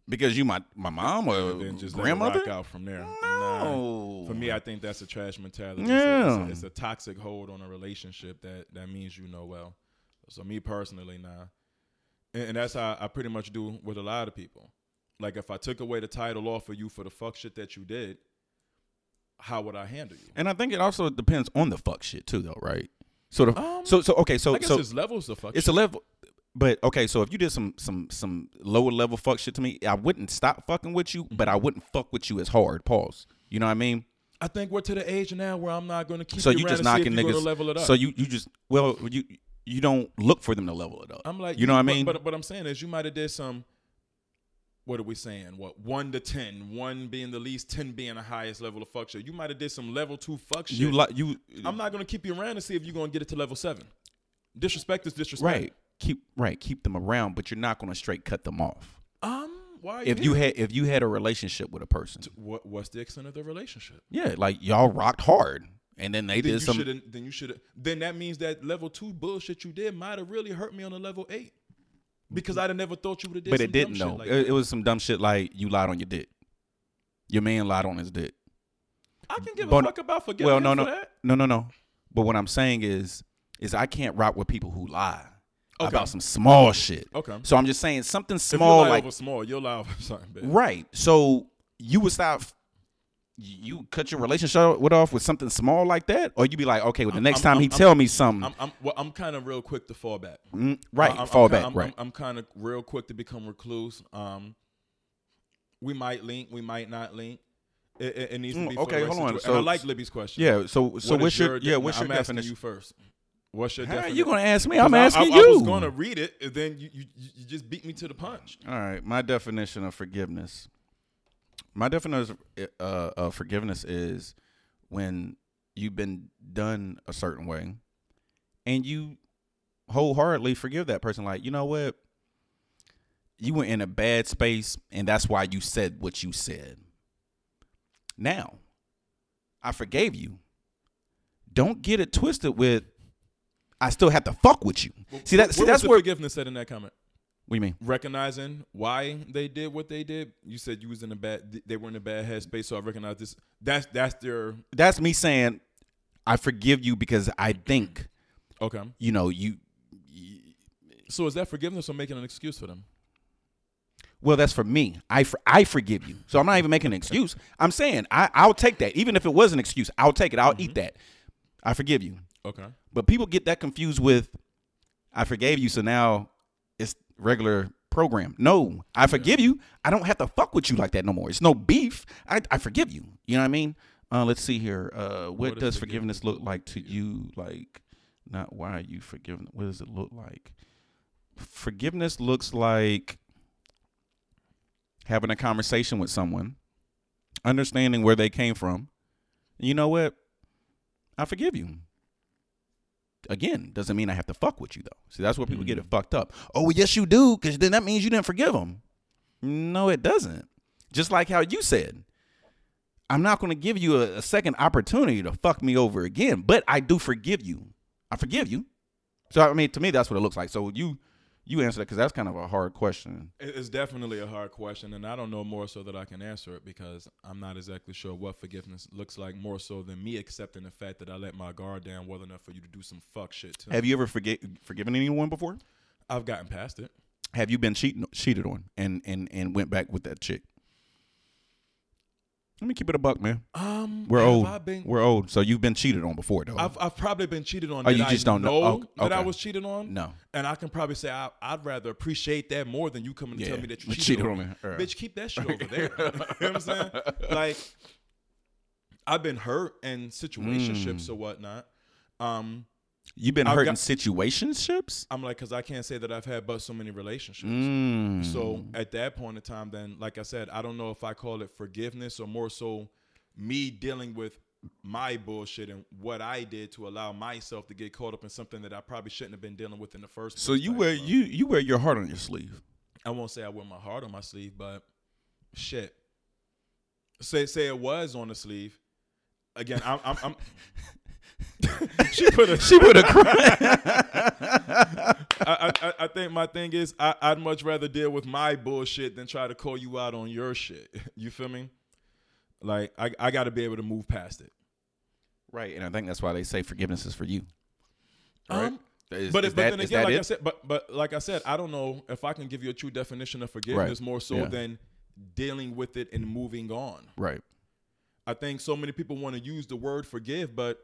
because you my my mom or
and then just let it
grandmother.
rock out from there. Nah.
No.
For me, I think that's a trash mentality. It's a- It's,
Yeah.
a, it's a toxic hold on a relationship that that means you know well. So me personally, nah. And, and that's how I pretty much do with a lot of people. Like if I took away the title off of you for the fuck shit that you did, how would I handle you?
and I think it also depends on the fuck shit too, though, right? So the
Um,
so so okay, so
I guess
so
there's levels of fuck.
it's
shit.
a level, but okay, so if you did some some some lower level fuck shit to me, I wouldn't stop fucking with you, but I
Mm-hmm.
wouldn't fuck with you as hard. Pause. You know what I mean?
I think we're to the age now where I'm not going to keep.
So
you,
you
around
just
to see if
knocking
you go to
niggas.
level it up.
So you you just well you you don't look for them to level it up.
I'm like,
you know what I
but-
mean?
But what I'm saying is, you might have did some. What are we saying? What one to ten? One being the least, ten being the highest level of fuck shit. You might have did some level two fuck shit.
you like you
I'm not gonna keep you around to see if you're gonna get it to level seven. Disrespect is disrespect.
right keep right keep them around, but you're not gonna straight cut them off.
Um. Why? Are
If you had if you had a relationship with a person,
what, what's the extent of the relationship?
yeah, like y'all rocked hard. And then they
then you
did some.
should then you should then that means that level two bullshit you did might have really hurt me on the level eight because I'd have never thought you would have did.
But
some
it didn't
dumb shit
though. Uh,
like
it,
that.
it was some dumb shit like you lied on your dick. Your man lied on his dick.
I can give
but-
a fuck about forgiving
well,
him
no,
for
no,
that.
no, no, no. But what I'm saying is, is I can't rock with people who lie
Okay.
about some small shit.
Okay.
So I'm just saying something
If you
small
lie
like
over small, you'll lie over something. Big.
Right. So you would stop. You cut your relationship with off with something small like that, or you be like, okay, well, the
I'm-
next
I'm-
time he
I'm-
tell me something,
I'm I'm well, I'm kind of real quick to fall back.
mm, right,
I- I'm,
fall
I'm,
back,
I'm,
right,
I'm, kind of real quick to become recluse. Um, we might link, we might not link. It, it, it needs to
Mm,
be for the
okay,
right
hold on.
situa- and I
So-
like Libby's question.
yeah. So, so
What is
what's your, yeah,
de-
what's
now,
your
I'm asking
definition?
You first. What's your
How are
definition?
you gonna ask me?
'Cause
I'm
I- I-
asking
I,
you.
was gonna read it, and then you, you you you just beat me to the punch.
All right, my definition of forgiveness. My definition of, uh, of forgiveness is when you've been done a certain way, and you wholeheartedly forgive that person. Like, you know what? You were in a bad space, and that's why you said what you said. Now, I forgave you. Don't get it twisted with. I still have to fuck with you. see that? See
What was
that's
the
where.
forgiveness said in that comment.
What do you mean?
recognizing why they did what they did. You said you was in a bad, they were in a bad headspace, so I recognize this. That's that's their
that's me saying I forgive you because I think
okay.
you know you. you-
So is that forgiveness or making an excuse for them?
Well, that's for me. I for, I forgive you, so I'm not even making an excuse. I'm saying I I'll take that, even if it was an excuse. I'll take it. I'll eat that. I forgive you,
Okay,
but people get that confused with I forgave you, so now it's regular program. No, I forgive you. I don't have to fuck with you like that no more. It's no beef. I I forgive you. You know what I mean? Uh, let's see here. Uh, what,
What does
does
forgiveness
forgiveness look like to you? Like, not why are you forgiven? What does it look like? Forgiveness looks like having a conversation with someone, understanding where they came from. You know what? I forgive you. Again, doesn't mean I have to fuck with you though. See, that's where people get it fucked up. Oh, well, yes, you do, because then that means you didn't forgive them. No, it doesn't. Just like how you said, I'm not going to give you a, a second opportunity to fuck me over again, but I do forgive you. I forgive you. So I mean, to me, that's what it looks like. So you, you answer that because that's kind of a hard question.
It- it's definitely a hard question, and I don't know more so that I can answer it because I'm not exactly sure what forgiveness looks like more so than me accepting the fact that I let my guard down well enough for you to do some fuck shit to me.
Have you ever forgi- forgiven anyone before?
I've gotten past it.
Have you been cheating, cheated on, and and and went back with that chick? Let me keep it a buck, man.
Um,
We're
have
old.
I been-
We're old. So you've been cheated on before, though.
I've, I've probably been cheated on.
Oh,
that
you
I
just don't know. Oh,
that I
okay.
was cheated on.
No.
and I can probably say I, I'd rather appreciate that more than you coming to tell
Yeah.
me that you
You
cheated,
cheated
on
on
me.
me. Yeah.
Bitch, keep that shit over there. you know what I'm saying? Like, I've been hurt in situationships
Mm.
or whatnot. Um,
you've been
I've
hurt
got-
in situationships.
I'm like, because I can't say that I've had but so many relationships.
Mm.
So at that point in time, then, like I said, I don't know if I call it forgiveness or more so me dealing with my bullshit and what I did to allow myself to get caught up in something that I probably shouldn't have been dealing with in the first place.
So you
type
wear
of-
you you wear your heart on your sleeve.
I won't say I wear my heart on my sleeve, but shit. Say say it was on the sleeve. Again, I'm I'm, I'm she put a
She would have cried.
I, I, I- I think my thing is I, I'd much rather deal with my bullshit than try to call you out on your shit. You feel me? Like I, I gotta be able to move past it.
Right, and I think that's why they say forgiveness is for you. Right.
Um,
Is-
but
is
it, but
that-
then
is
again,
that
like I
it?
said, but but like I said, I don't know if I can give you a true definition of forgiveness more so
Yeah.
than dealing with it and moving on.
right.
I think so many people want to use the word forgive, but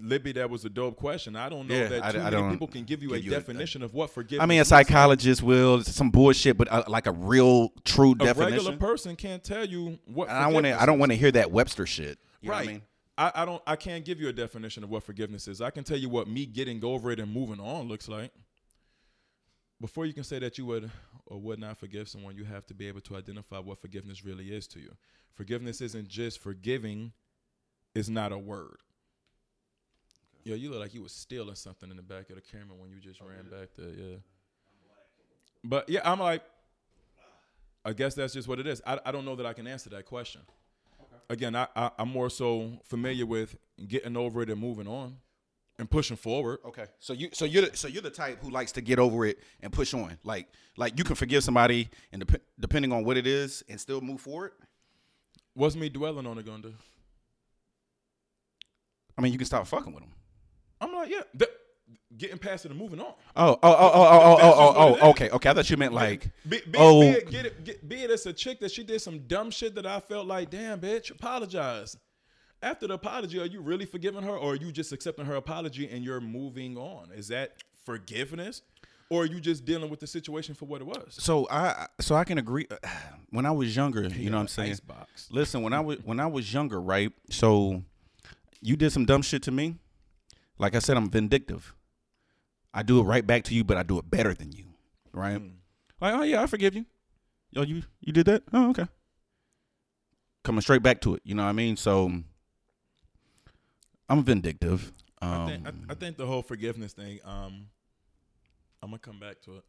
Libby, that was a dope question. I don't know
Yeah,
that
I-
too
I
many
don't
people can give you a
give you a-
definition of what forgiveness.
I mean, a
looks like.
psychologist will it's some bullshit, but uh like a real true
a regular
definition.
person can't tell you what.
And I want to. I don't want to hear that Webster shit. You know what
Right.
I mean?
I, I don't. I can't give you a definition of what forgiveness is. I can tell you what me getting over it and moving on looks like. Before you can say that you would or would not forgive someone, you have to be able to identify what forgiveness really is to you. Forgiveness isn't just forgiving; it's not a word. Yo, you look like you was stealing something in the back of the camera when you just ran back there. Yeah. But yeah, I'm like, I guess that's just what it is. I, I don't know that I can answer that question. again, I, I I'm more so familiar with getting over it and moving on, and pushing forward.
Okay. So you so you're the, so you're the type who likes to get over it and push on. Like like you can forgive somebody and dep- depending on what it is and still move forward.
What's me dwelling on it gonna do?
I mean, you can stop fucking with them.
I'm like, yeah, th- getting past it and moving on.
Oh, oh, oh, oh, oh,
That's just
oh,
what
oh,
it
oh,
is.
okay, okay. I thought you meant like,
Be, be,
oh,
be it, get it, get, be it as a chick that she did some dumb shit that I felt like, damn, bitch, apologize. After the apology, are you really forgiving her, or are you just accepting her apology and you're moving on? Is that forgiveness, or are you just dealing with the situation for what it was?
so I, so I can agree. When I was younger, you know what I'm saying.
box.
Listen, when I was when I was younger, right? So you did some dumb shit to me. Like I said, I'm vindictive. I do it right back to you, but I do it better than you, right?
Hmm. Mm-hmm.
Like, oh yeah, I forgive you. Yo, you you did that? Oh, okay. Coming straight back to it, you know what I mean? So I'm vindictive. Um,
I think, I, I think the whole forgiveness thing. Um, I'm gonna come back to it.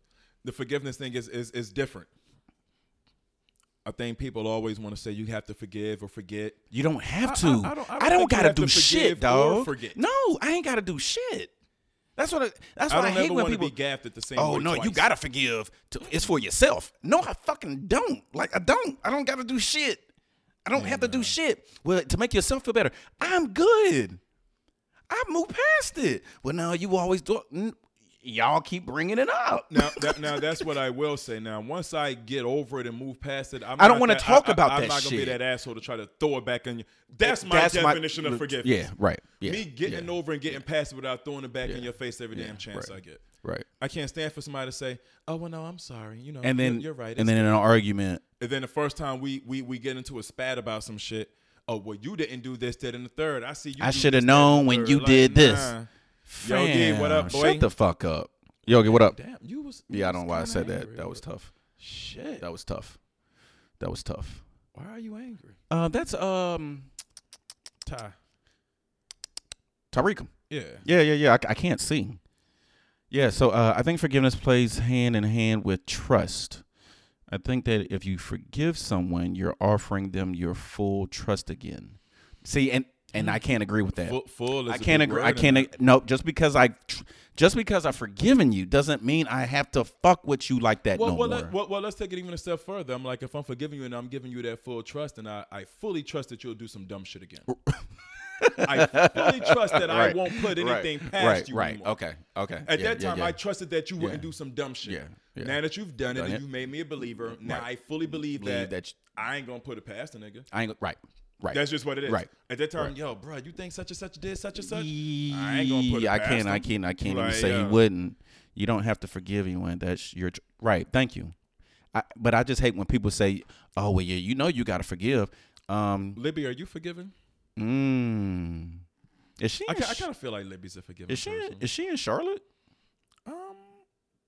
The forgiveness thing is is is different. I think people always want to say you have to forgive or forget.
you don't have
I-
to. I,
I- I
don't,
don't- I don't think you
gotta
have to
do shit,
forgive or
dog.
forget.
No, I ain't gotta do shit. That's what. I, that's
I
why I,
don't
hate
ever
when
want to
people
be gaffed at the same.
Oh
way
no, you
twice.
gotta forgive. To, it's for yourself. No, I fucking don't. Like I don't. I don't gotta do shit. I don't have to do shit. Well, to make yourself feel better, I'm good. I moved past it. Well, now you always do. n- Y'all keep bringing it up.
Now, that, now that's what I will say. Now, once I get over it and move past it, I'm
I don't
not
wanna
that-
talk
I,
about
I, I'm
that
not gonna
shit.
be that asshole to try to throw it back on you. That's my definition of forgiveness.
Yeah, right. Yeah,
me getting
yeah,
over and getting past it without throwing it back in your face every damn chance
right.
I get.
right.
I can't stand for somebody to say, "Oh well, no, I'm sorry." You know,
And then
you're, you're right.
And then in an argument,
And then the first time we we we get into a spat about some shit. Oh well, you didn't do this, that, and the third. I see you.
I
do
shoulda
this, that, and
known
the
when
third."
you
Like,
did this.
nah. Yogi, what up,
fam,
boy?
Shut the fuck up, Yogi. What up?
Damn, you was. you
Yeah, I
was
don't know why I
kinda
said
angry,
that. That was
bro.
tough.
Shit.
That was tough. That was tough.
Why are you angry,
Uh, that's um
Ty?
Tariq.
Yeah.
Yeah, yeah, yeah. I, I can't see. Yeah, so uh, I think forgiveness plays hand in hand with trust. I think that if you forgive someone, you're offering them your full trust again. See, and and I can't agree with that.
Full, full is
I
a
can't
big
agree.
word
I
in
can't.
that.
ag- No, just because I, tr- just because I've forgiven you doesn't mean I have to fuck with you like that
Well,
no
well,
more.
let, well, well, let's take it even a step further. I'm like, if I'm forgiving you and I'm giving you that full trust, and I, I fully trust that you'll do some dumb shit again. I fully trust that I
Right,
won't put anything
right,
past
right,
you
Right.
anymore.
Okay. Okay.
At
Yeah,
that
yeah,
time,
yeah.
I trusted that you wouldn't
Yeah.
do some dumb shit.
Yeah, yeah.
Now that you've done,
Done
it
it.
and you've made me a believer, now I fully believe,
Believe
that,
that you-
I ain't gonna put it past a nigga.
I ain't right. Right.
That's just what it is.
Right.
At that time, yo, bro, you think such and such did such and such?
I
ain't gonna put it
I
past
can't. I
him.
can't. I can't
Like,
even say
yeah.
he wouldn't. You don't have to forgive anyone. That's your tr- right. Thank you. I, but I just hate when people say, "Oh well, yeah, you know you gotta forgive." Um,
Libby, are you forgiving?
mm, is she?
I,
In,
ca- I
Sh-
kind of feel like Libby's a forgiving
is she? In,
person.
is she in Charlotte?
um,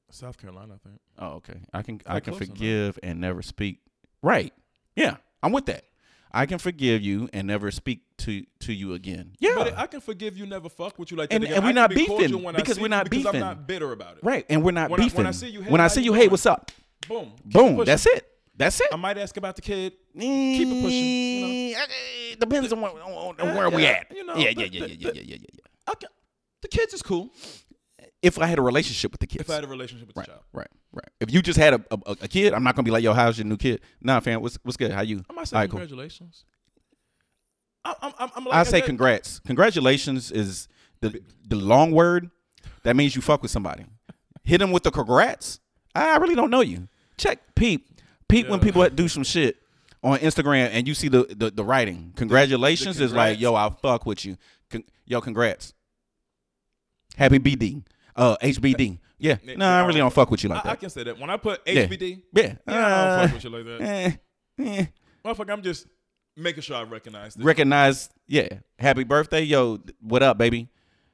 South Carolina, I think.
Oh, okay. I can. I
Like
can
close enough.
forgive and never speak. Right. Yeah, I'm with that. I can forgive you and never speak to to you again. Yeah.
But I can forgive you, never fuck with you like that.
And-
again.
and we're
I can
not
be
beefing,
cordial when I
because
see
we're
you
not
because
beefing.
I'm not bitter about it.
right. And we're not
When I- when
beefing.
I see you, hey,
when I
how
see
you
you, hey,
doing?
what's up?
Boom. Keep
Boom.
pushing.
That's it. That's it.
I might ask about the kid. Keep it pushing. You know?
Eh, Depends on, what, on, on where we
yeah,
at.
you know,
yeah, yeah,
the-
yeah, yeah,
the-
yeah,
the-
yeah, yeah, yeah.
I can, the kids is cool.
If I had a relationship with the kids,
If I had a relationship with
right,
the child,
right, right. If you just had a, a, a kid, I'm not gonna be like, yo, how's your new kid? Nah, fam, what's what's good? How you?
I might say
All right, cool.
congratulations. I- I'm, I'm, I'm like,
I say
that-
congrats. Congratulations is the the long word. That means you fuck with somebody. Hit them with the congrats. I really don't know you. Check peep. Peep when
Yeah.
people do some shit on Instagram and you see the the, the writing. Congratulations is like,
congrats.
yo, I fuck with you. Con- yo, congrats. Happy BD. Uh, HBD. Yeah.
Yeah,
No,
yeah,
I
I
really
don't-
don't fuck with you like
I, I
that.
can say that when I put
Yeah.
HBD.
Yeah.
Yeah, I don't
Uh,
fuck with you like that.
eh, eh.
Motherfucker, I'm just making sure I recognize this.
recognize, yeah, happy birthday, yo, th- what up, baby?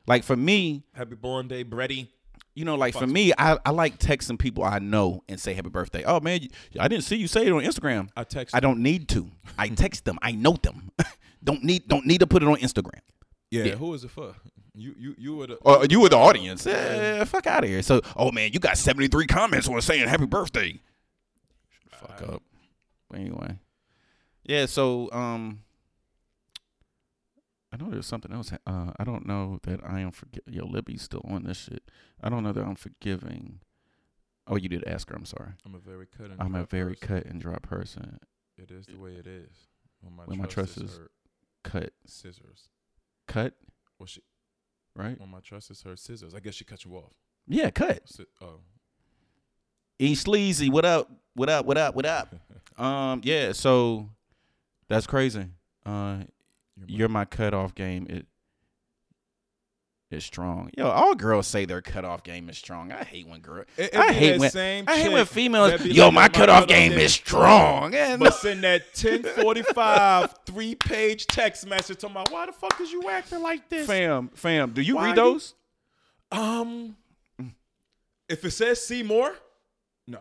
Like for me,
Happy born day, Bretty.
you know, like for me, I, I like texting people I know and say happy birthday. Oh man, you, I didn't see you say it on Instagram.
I text.
I don't need to. I text them. I know them. don't need don't need to put it on Instagram.
yeah,
yeah.
who is it for? You, you, you were the.
Or Uh, you were the audience. Eh, fuck out of here. So, oh man, you got seventy three comments on saying happy birthday. Fuck up. Anyway, yeah. So, um, I know there's something else. Uh, I don't know that I am forgi Yo, Libby's still on this shit. I don't know that I'm forgiving. Oh, you did ask her. I'm sorry.
I'm a very cut. And
I'm a
dry
very
person.
cut and Uh, dry person.
It is the way it is. When my,
When my
trust,
trust
is
is-
hurt,
Cut,
scissors.
cut,
Well, she
right?
when my trust is hurt, scissors. I guess she cut you off.
Yeah, cut.
Si- oh,
E sleazy. What up? What up? What up? What up? um, yeah. So that's crazy. Uh,
you're,
you're my cutoff game. It is strong. Yo, all girls say their cutoff game is strong. I hate when girl.
It- it
I
be
hate
that
when-
same
I hate
chick
when
that
females.
be
Yo,
like, "Oh
my cutoff game is strong. And
But send that 1045 three page text message to my why the fuck is you acting like this?
fam, fam, do you
Why
read
you-
those?
Um, if it says see more, no,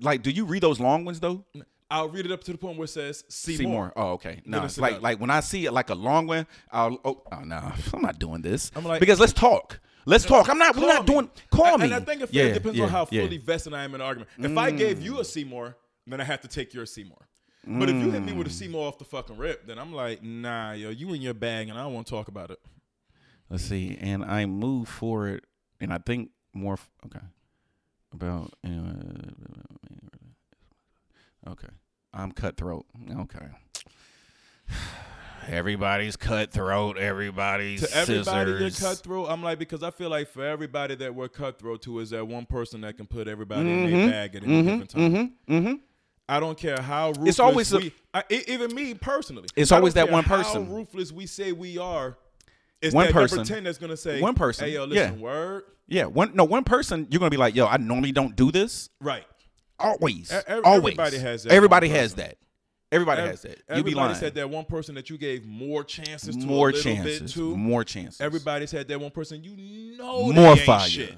Like, do you read those long ones though?
I'll read it up to the point where it says see,
See
more.
more. Oh, okay. No,
I
it's
said
like
that.
like when I see it like a long one, I'll oh, oh no, I'm not doing this.
I'm like-
because let's talk. Let's talk. I'm not. We're
Call
not
me.
doing. Call
And-
me.
And I think it
Yeah,
depends
yeah,
on how
yeah.
fully vested I am in the argument. If I gave you a Seymour, then I have to take your Seymour. But if you
Mm.
hit me with a Seymour off the fucking rip, then I'm like, nah, yo, you in your bag, and I don't want to talk about it.
Let's see. And I move forward, and I think more. f- Okay. About. uh, okay. I'm cutthroat. Okay. Everybody's cutthroat. Everybody's
To everybody you're
scissors.
cutthroat, I'm like, because I feel like for everybody that we're cutthroat to is that one person that can put everybody in their bag at any given time.
Mm-hmm.
I don't care how ruthless
It's always a-
we, I- e- even me personally.
It's
I don't
always that
care
one
How
person.
ruthless we say we are. It's
One
that number
person.
ten that's gonna say
One person.
Hey yo,
Yeah.
listen, word,
Yeah. One. No. One person. You're gonna be like, yo. I normally don't do this.
right?
Always.
E- ev-
always.
everybody has that
Everybody
one
has
person.
that. Everybody
Ev-
has that. You be
Everybody's
lying.
had that one person that you gave more chances to
more
a little bit
chances.
to.
More chances.
Everybody's had that one person you know they
More
ain't
fire.
shit.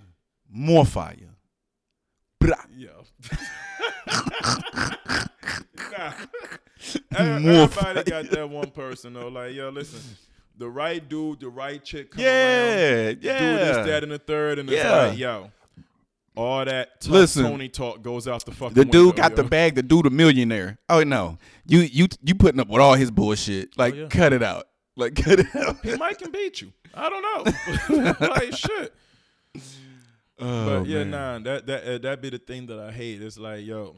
More fire. Blah.
Yo. nah. Ev-
More
Everybody got that one person though. Like, yo, listen, the right dude, the right chick come around,
Yeah,
do
yeah.
this, that, and the third, and it's
Yeah.
like, yo. All that tough
Listen.
Tony talk goes out the fucking
the dude
window,
got the
yo.
bag. The dude a millionaire. Oh no, you you you putting up with all his bullshit. Like
Oh, yeah.
cut it out. Like cut it out.
He might can beat you. I don't know. like shit.
Oh,
But yeah,
man.
nah, that that uh, that be the thing that I hate. It's like, yo,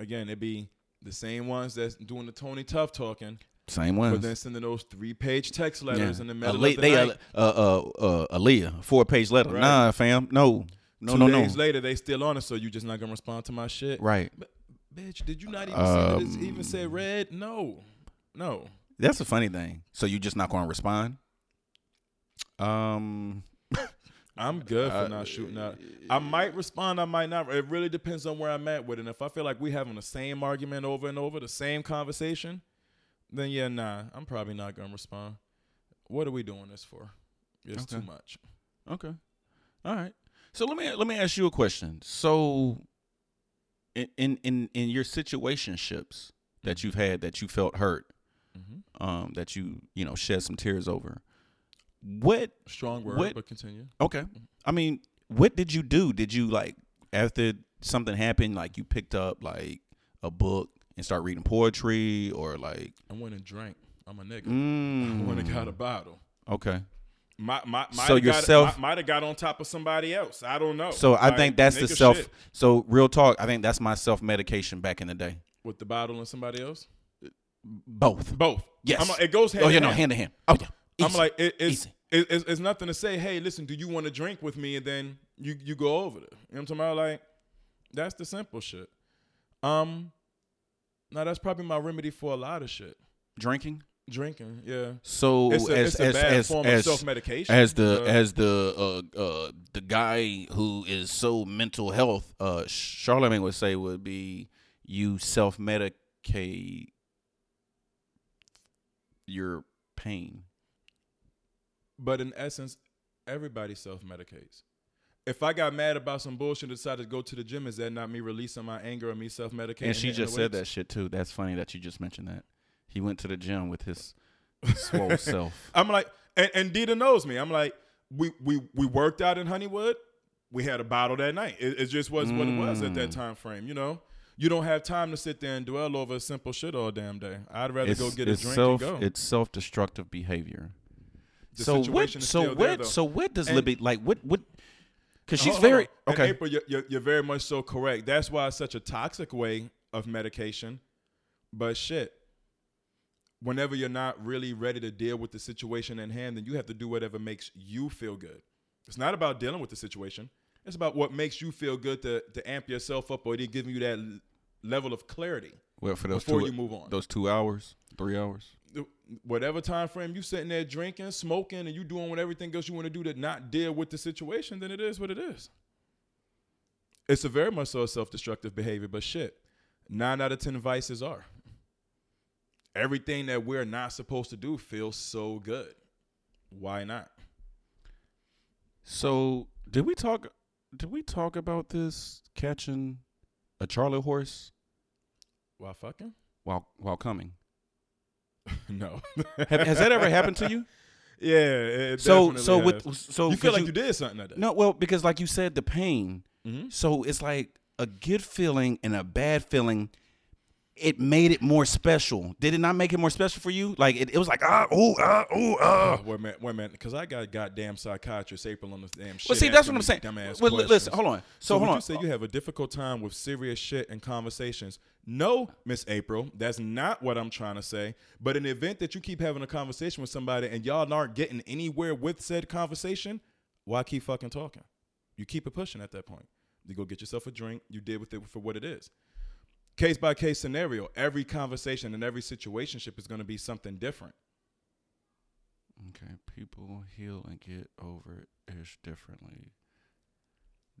again, it be the same ones that's doing the Tony Tough talking,
Same ones.
but then sending those three page text letters in the
Yeah.
middle
Ale-
of the
they
night.
uh, uh uh uh Aaliyah four page letter.
Right.
Nah, fam. No, no,
Two
no, no.
days later, they still on it, so you just not gonna respond to my shit.
Right. Um,
But, bitch, did you not even see that it's even said red? No, no.
That's a funny thing. So you just not going to respond? Um. uh,
I'm good for not shooting out. I might respond, I might not. It really depends on where I'm at with it. And if I feel like we having the same argument over and over, the same conversation, then yeah, nah, I'm probably not gonna respond. What are we doing this for? It's
Okay.
too much.
Okay. All right. So let me let me ask you a question. So in in in, in your situationships that you've had that you felt hurt,
Mhm.
um, that you you know shed some tears over, what?
Strong word,
What-
but continue.
Okay. I mean, what did you do? Did you like after something happened, like you picked up like a book and start reading poetry, or like?
I went and drank. I'm a nigga. I
Mm,
went and got a bottle.
okay.
My, my, might
So
have got-
yourself-
might- might have got on top of somebody else. I don't know.
So I
Like,
think that's the
Oh, nigga
self.
shit.
So real talk, I think that's my self medication back in the day.
with the bottle and somebody else.
Both.
Both.
Yes.
I'm like, it goes hand.
oh
in
yeah, no,
hand.
hand to hand. Oh yeah.
I'm like, it, it's,
Easy.
it, it's it's nothing to say. Hey, listen, do you want to drink with me? And then you you go over there. You know what I'm talking about? Like, that's the simple shit. Um, now that's probably my remedy for a lot of shit.
drinking.
Drinking, yeah.
So
It's a,
as
it's a
as
bad
as
form of
as,
self medication.
as the as the uh, uh the guy who is so mental health uh Charlemagne would say would be you self medicate your pain.
but in essence, everybody self medicates. If I got mad about some bullshit and decided to go to the gym, is that not me releasing my anger or me self medicating?
And she just said that shit too. That's funny that you just mentioned that. He went to the gym with his swole self.
I'm like, and, and Dita knows me. I'm like, we we we worked out in Honeywood. We had a bottle that night. It, it just was what it was at
Mm.
that time frame. You know, you don't have time to sit there and dwell over simple shit all damn day. I'd rather go get a drink
self,
and go.
It's self destructive behavior.
the
so what?
situation is
So
still there,
what?
though.
so what does
And-
Libby like? What? What? Because she's
Oh, Hold on,
very
hold on. And
okay.
April, you're, you're, you're very much so correct. That's why it's such a toxic way of medication. But shit, whenever you're not really ready to deal with the situation in hand, then you have to do whatever makes you feel good. It's not about dealing with the situation. It's about what makes you feel good to, to amp yourself up or to give you that l- level of clarity.
Well, for those
Before
two,
you move on.
those two hours, three hours.
the- whatever time frame you sitting there drinking, smoking, and you doing what everything else you want to do to not deal with the situation, then it is what it is. It's a very much so a self-destructive behavior, but shit, nine out of ten vices are. Everything that we're not supposed to do feels so good. Why not?
So did we talk? Did we talk about this catching a Charlie horse
Why fucking?
while while coming?
no.
Have, has that ever happened to you?
Yeah. It
so
definitely
so
has.
with so
you feel
'cause
like you, did something like that.
no well because like you said the pain.
Mhm.
So it's like a good feeling and a bad feeling. It made it more special. Did it not make it more special for you? Like it, it was like ah oh ah oh ah.
Oh, wait a minute, wait a minute, because I got goddamn psychiatrist April on this damn shit.
Well, see, that's what I'm saying.
asking me Dumbass
Well, li- listen,
questions.
hold on. So,
would
hold on.
you say you have a difficult time with serious shit and conversations? No, Miss April, that's not what I'm trying to say. But in the event that you keep having a conversation with somebody and y'all aren't getting anywhere with said conversation, why keep fucking talking? You keep it pushing at that point. You go get yourself a drink. You deal with it for what it is. Case by case scenario. Every conversation and every situationship is going to be something different.
Okay, people heal and get over ish differently.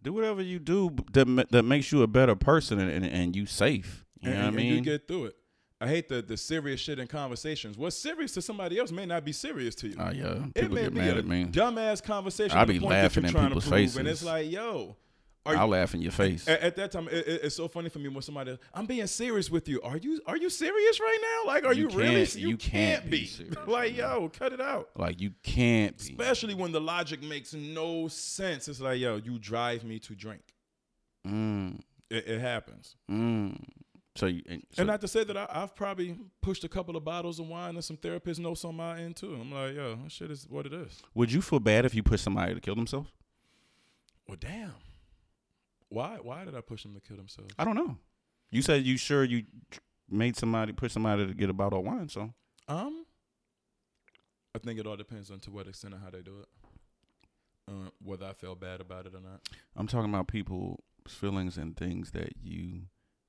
Do whatever you do b- that ma- that makes you a better person and, and, and you safe. You know
and,
what I
and
mean?
you get through it. I hate the the serious shit in conversations. What's serious to somebody else may not be serious to you.
oh yeah,
it
people
may
get
be
mad
a
at me.
dumbass conversation.
I
to
be
the point that
laughing
you're
in
trying to
people's
prove, and
faces.
it's like, yo, are
I
you, Eh,
laugh in your face.
at, at that time? It, it- it's so funny for me when somebody, I'm being serious with you. Are you are you serious right now? Like, are
You
you, really?
can't- you can't be serious
like,
right now.
yo, cut it out.
Like you can't be.
Especially when the logic makes no sense. It's like, yo, you drive me to drink.
Mm,
It, it happens.
mm. So you and, so,
and not to say that I, I've probably pushed a couple of bottles of wine and some therapist notes on my end too. I'm like, yo, that shit is what it is.
would you feel bad if you pushed somebody to kill themselves?
Well, damn. Why? Why did I push them to kill themselves?
I don't know. You said you sure you tr- made somebody push somebody to get a bottle of wine. So
Um, I think it all depends on to what extent and how they do it. Uh, whether I feel bad about it or not.
I'm talking about people's feelings and things that you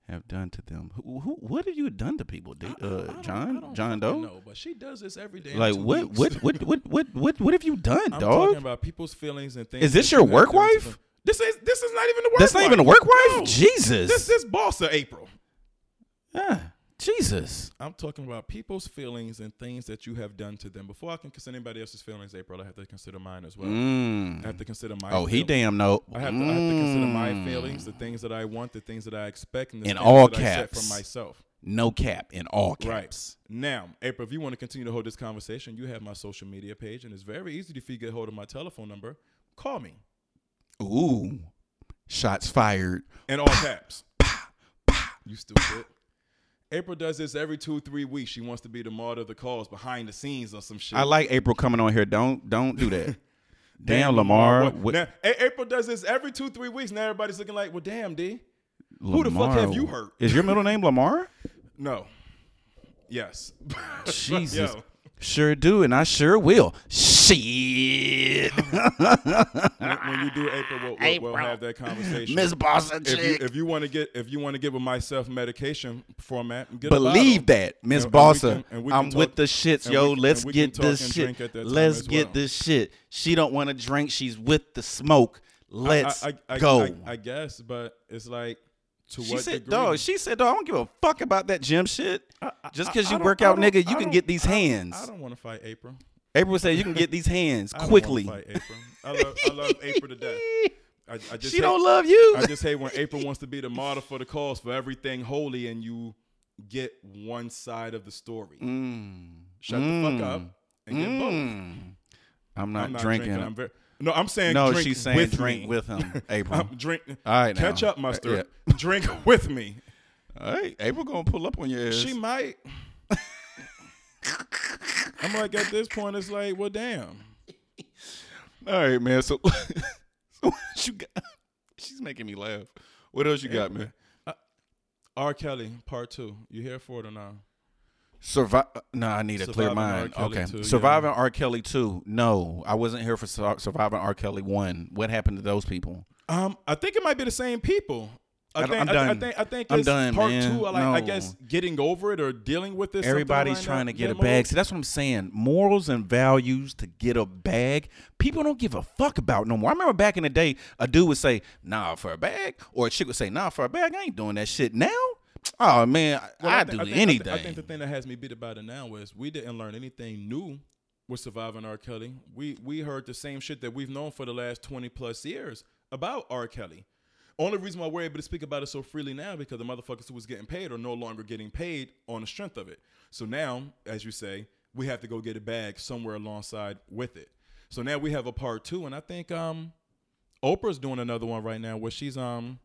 have done to them. Who, who what have you done to people, D-
I- I- I
uh,
don't- I
John?
don't
John
fucking
Doe?
know, but she does this every day.
Like what, what? What? What? What? What? What have you done,
I'm
dog?
talking about people's feelings and things.
Is this
that
your
you have
work
done to
wife?
them. This is this is not even the work.
That's not even a work wife.
No.
Jesus.
This this boss of April.
Ah, Jesus.
I'm talking about people's feelings and things that you have done to them. Before I can consider anybody else's feelings, April, I have to consider mine as well. I have
Mm.
to consider my.
Oh, he
feelings.
damn no.
I have, to, I have to consider my
Mm.
feelings, the things that I want, the things that I expect, and the
In
things
all
that I set
caps.
for myself.
No cap in all
Right.
caps.
Now, April, if you want to continue to hold this conversation, you have my social media page, and it's very easy if you get hold of my telephone number. Call me
Ooh, shots fired.
in all caps. You stupid. April does this every two, three weeks. She wants to be the martyr of the cause behind the scenes or some shit.
I like April coming on here. Don't don't do that. damn,
Damn,
Lamar.
What-
what-
Now, A- April does this every two, three weeks. Now everybody's looking like, well, damn, D.
Who
the fuck have you hurt?
Is your middle name Lamar?
No. Yes.
Jesus.
Yo.
Sure do, and I sure will. Shit.
when, when you do April, we'll, we'll, we'll have that conversation.
Miss Bossa
if you,
Chick.
if you want to get if you want to get with my self medication format, get
Believe
a bottle.
that, Miss
And- and we can-
Bossa.
and we can
I'm
talk-
with the shits,
and
yo.
we can-
Let's
and we can
get
talk
this
and
shit.
drink at that time
Let's
as
get
well.
this shit. She don't want to drink. She's with the smoke. Let's
I, I, I,
go.
I, I guess, but it's like to
she
what
said,
degree?
dog, she said, dog, I don't give a fuck about that gym shit. Just because
I
you
don't-
work
I
out,
don't-
nigga, you
I
can
don't-
get these
I don't-
hands.
I don't want to fight April.
April said, you can get these hands
I don't wanna
quickly.
fight April. I love I love April to death. I, I just
she
hate-
don't love you.
I just hate when April wants to be the martyr for the cause for everything holy, and you get one side of the story.
Mm.
Shut the
Mm.
fuck up and get both.
Mm. I'm not,
I'm not
drinking.
I'm very, no, I'm saying
no,
drink
she's saying
with
drink
me.
with him, April.
I'm drink.
All right, now. Uh,
catch up, mustard.
Yeah.
Drink with me.
All right, April gonna pull up on your ass.
She might. I'm like at this point, it's like, well, damn.
All right, man. So, so what else you got? She's making me laugh. What else you got, man?
R. Kelly, part two. You here for it or not?
Survive? No, I need a clear
Surviving R.
mind.
Kelly
okay,
two, yeah.
surviving R. Kelly two. No, I wasn't here for Sur- surviving R. Kelly one. What happened to those people?
Um, I think it might be the same people. I
I don't-
think,
I'm
I, I
done.
think I think
I'm
it's
done,
part
man.
two. I Like, I
No.
guess getting over it or dealing with this.
Everybody's trying to get a bag. See, that's what I'm saying. Morals and values to get a bag. People don't give a fuck about no more. I remember back in the day, a dude would say, "Nah for a bag," or a chick would say, "Nah for a bag." I ain't doing that shit now. Oh man, I-
Well,
I'd
think-
do
think- I think-
anything.
I think, the thing that has me beat about it now is we didn't learn anything new with surviving R. Kelly. We we heard the same shit that we've known for the last twenty plus years about R. Kelly. Only reason why we're able to speak about it so freely now because the motherfuckers who was getting paid are no longer getting paid on the strength of it. So now, as you say, we have to go get a bag somewhere alongside with it. So now we have a part two, and I think um, Oprah's doing another one right now where she's um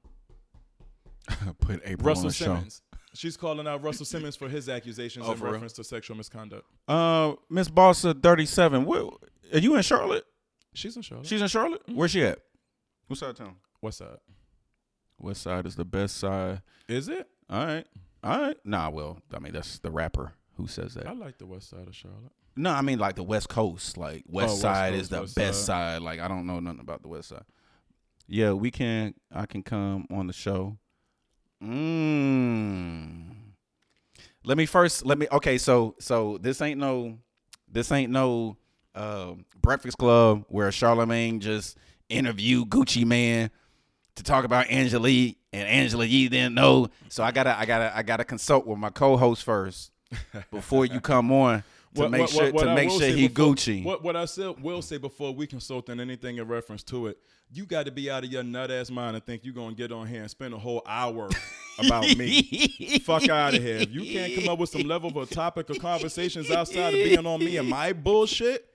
Put April on
Russell
the show.
Simmons. She's calling out Russell Simmons for his accusations
Oh,
in
for real?
reference to sexual misconduct.
Uh, Miss Bossa, thirty-seven. What, are you in Charlotte?
She's in Charlotte.
She's in Charlotte. Where's she at? Mm-hmm. What side of town?
What's up?
West side is the best side.
Is it?
All right, all right. Nah, well, I mean that's the rapper who says that.
I like the west side of Charlotte.
No, I mean like the West Coast. Like Oh, West
West
Side
Coast,
is the
West
best
Side.
side. Like I don't know nothing about the West Side. Yeah, we can. I can come on the show. Mm. Let me first. Let me. Okay, so so this ain't no. This ain't no uh, Breakfast Club where Charlemagne just interviewed Gucci Man to talk about Angelique and Angela Yee didn't know. So I gotta I gotta I gotta consult with my co-host first before you come on to
What-
make
what-
sure
what- what
to
I
make
will
sure
say
he
before-
Gucci.
What what I said will say before we consult on anything in reference to it, you got to be out of your nut ass mind and think you're gonna get on here and spend a whole hour about me. Fuck out of here. If you can't come up with some level of a topic or conversations outside of being on me and my bullshit,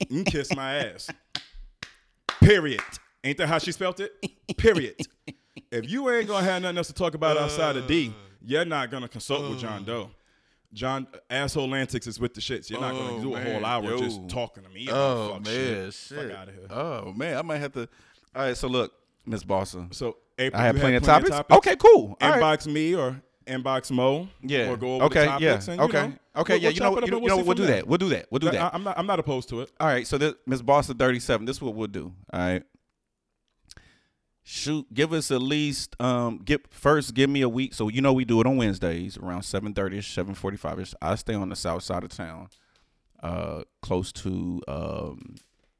you can kiss my ass. Period. Ain't that how she spelt it? Period. If you ain't gonna have nothing else to talk about outside of
Uh.
D, you're not gonna consult with John Doe. John asshole antics is with the shits. You're not gonna
Oh,
do a whole
man.
hour just
Yo.
talking to me. about
Oh
fuck
man,
shit.
shit.
fuck out of here.
Oh man, I might have to. All right, so look, Miss Boston.
So April,
I had
you
plenty,
had
of topics. Okay, cool. All right.
inbox me or inbox Mo.
Yeah.
Or go over
okay.
the topics
yeah.
and, you
okay. okay.
know,
yeah.
we'll- we'll
You know. what-
chop it up
You know. You
and
know what,
see
we'll
from
do
there.
that. We'll do that. We'll do that.
I, I'm not. I'm not opposed to it.
All right, so this Miss Boston 37, this is what we'll do. All right. Shoot, give us at least um give first give me a week. So you know we do it on Wednesdays around 7:30ish, 7:45ish. I stay on the south side of town. Uh close to um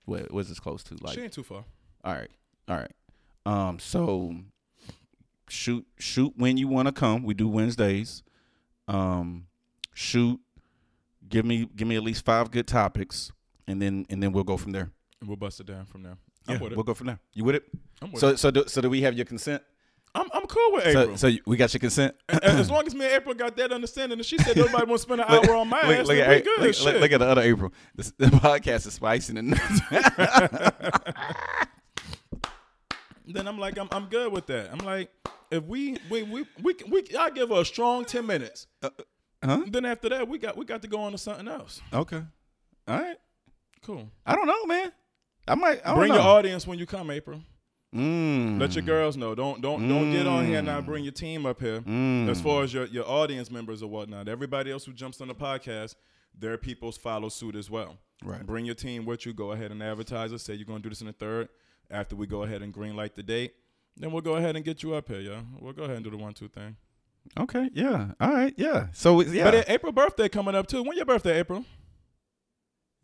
what what is this close to? Like
she ain't too far.
all right. All right. Um so shoot shoot when you want to come. We do Wednesdays. Um shoot give me give me at least 5 good topics and then and then we'll go from there.
And we'll bust it down from there.
Yeah,
I'm with it.
we'll go from there. You with it?
I'm with
so
it.
so do, so do we have your consent?
I'm, I'm cool with
So,
April.
so you- we got your consent.
A- as long as me and April got that understanding, and she said nobody wants to spend an hour on my ass, then we
at,
good.
look-
shit.
look- look at the other April. This, the podcast is spicy and
then I'm like, I'm, I'm good with that. I'm like, if we we we we, can- we I give her a strong ten minutes.
Uh, huh?
Then after that, we got we got to go on to something else.
okay. All right.
Cool.
I don't know, man. I might. I don't
Bring
know.
your audience when you come, April.
Mm.
Let your girls know. Don't don't don't get on here and not bring your team up here.
Mm.
As far as your, your audience members or whatnot, everybody else who jumps on the podcast, their peoples follow suit as well.
Right.
Bring your team with you. Go ahead and advertise it. Say you're going to do this in the third. After we go ahead and green light the date, then we'll go ahead and get you up here, yeah. We'll go ahead and do the one two thing.
Okay. Yeah. All right. Yeah. So it's- yeah.
But it, April birthday coming up too. When your birthday, April?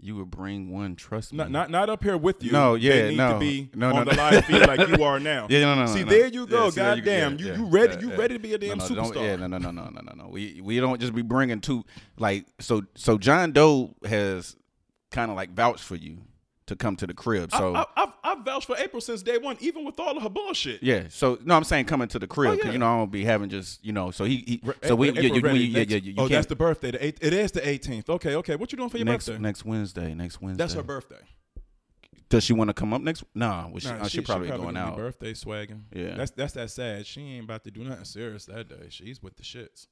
you would bring one. Trust me.
Not not not up here with you.
No, yeah,
they need
no.
to be
No,
on
no,
the
no.
live feed like you are now.
Yeah. No. No. no
see,
no.
there you go.
Yeah, see, there
Goddamn,
yeah,
you,
yeah,
you ready?
yeah,
you
yeah.
ready to be a damn
no, no,
superstar?
don't- Yeah, no, no, no, no, no, no, no. We we don't just be bringing two like so. So John Doe has kind of like vouched for you to come to the crib. So
I, I, I've, I've vouched for April since day one, even with all of her bullshit.
yeah, so no, I'm saying coming to the crib
Oh,
because
yeah.
you know I don't be having just you know. So he, he so we
April
yeah, you,
ready
you- yeah,
next-
yeah, you, you
oh,
can't-
that's the birthday. The eight, it is the 18th. Okay, okay. What you doing for your
next
birthday?
next Wednesday. Next Wednesday.
That's her birthday.
Does she want to come up next? Nah, well, she,
Nah,
oh, she, probably, going
gonna be
out.
Birthday swagging.
Yeah.
That's that's that sad. She ain't about to do nothing serious that day. She's with the shits.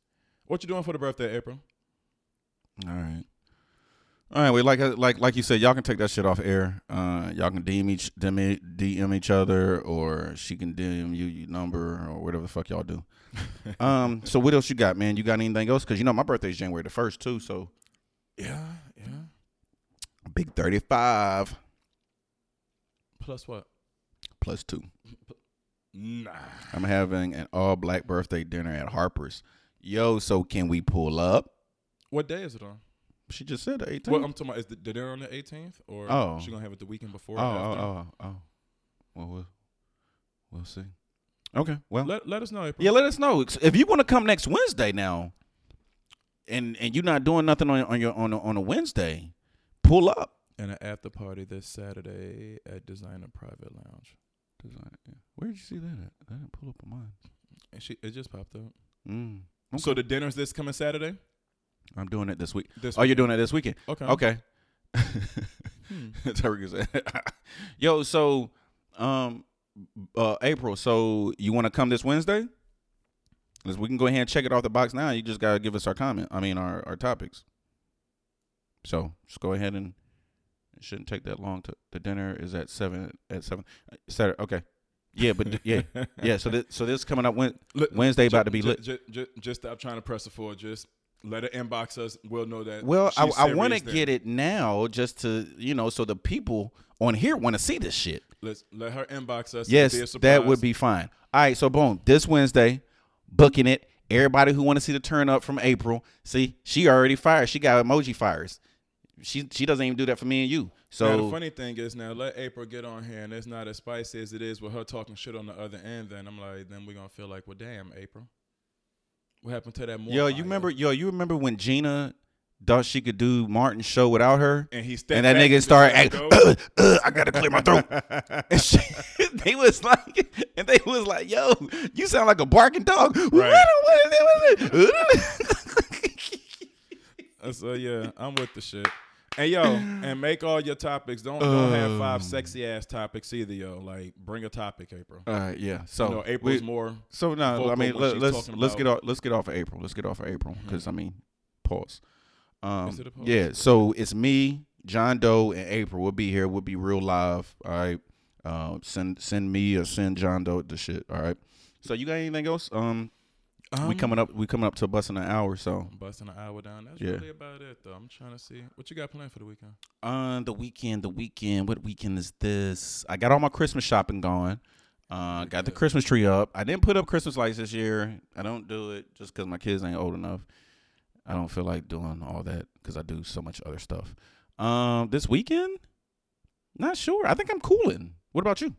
What you doing for the birthday, April?
All right. All right, well, like uh, like like you said, y'all can take that shit off air. Uh, y'all can DM each DM, DM each other, or she can DM you your number or whatever the fuck y'all do. um, so what else you got, man? You got anything else? Because you know my birthday's January the first too, so
Yeah, yeah.
big thirty five
Plus what?
plus two.
Nah.
I'm having an all black birthday dinner at Harper's. Yo, so can we pull up?
What day is it on?
She just said the 18th.
Well, I'm talking about is the, the dinner on the 18th, or
Oh.
she gonna have it the weekend before?
oh,
or after?
oh, oh, oh. Well, we'll we'll see. Okay, well,
Let, let us know. April.
Yeah, let us know if you want to come next Wednesday now, and and you're not doing nothing on on your on a, on a Wednesday, pull up.
And an after party this Saturday at Designer Private Lounge.
Where did you see that? At? I didn't pull up on mine.
And she it just popped up.
Mm. Okay.
So the dinner's this coming Saturday.
I'm doing it this week.
This
Oh, you're doing it this weekend.
okay.
Okay.
Hmm.
Tariq said, "Yo, so um, uh, April, so you want to come this Wednesday? 'Cause we can go ahead and check it off the box now. You just gotta give us our comment. I mean, our our topics. So just go ahead and it shouldn't take that long. To the dinner is at seven at seven uh, Saturday. Okay, yeah, but d- yeah, yeah. So this, so this coming up Wed-
Look,
Wednesday
ju-
about to be
ju-
lit.
ju- ju- just stop trying to press it forward. Just let it inbox us. We'll know that.
Well, I,
she's
I want to
serious then.
get it now, just to you know, so the people on here want to see this shit.
Let's let her inbox us. It'll be a
Yes, that
surprise.
would be fine. All right, so boom, this Wednesday, booking it. Everybody who want to see the turn up from April, see, she already fired. She got emoji fires. She she doesn't even do that for me and you.
Now,
So
the funny thing is now let April get on here and it's not as spicy as it is with her talking shit on the other end. Then I'm like, then we're gonna feel like, well, damn, April, what happened to
yo,
that? Mormon
you
out
remember
here?
yo, you remember when Gina thought she could do Martin's show without her?
And he stepped
And that
back
nigga
just
started
let it
acting,
go.
I gotta clear my throat. and she, they was like, and they was like, yo, you sound like a barking dog.
Right. Uh, So yeah, I'm with the shit. And yo, and make all your topics. Don't don't have
Um.
five sexy ass topics either, yo. Like bring a topic, April.
All right, yeah. So
you know, April's
we-
more.
So no,
vocal
I mean
when
let,
she's
us
talking
let's
about- Mm-hmm.
get off let's get off of April. Let's get off of April because I mean, pause. Um,
Is it a pause?
Yeah. So it's me, John Doe, and April. We'll be here. We'll be real live. All right. Uh, send send me or send John Doe the shit. All right. So you got anything else? Um, we
Um,
coming up. We coming up to a bus in an hour. So
I'm busting an hour down. That's
Yeah.
really about it, though. I'm trying to see what you got planned for the weekend.
on uh, the weekend, the weekend. What weekend is this? I got all my Christmas shopping going. Uh, got the Christmas tree up. I didn't put up Christmas lights this year. I don't do it just because my kids ain't old enough. I don't feel like doing all that because I do so much other stuff. Um, this weekend, not sure. I think I'm cooling. What about you?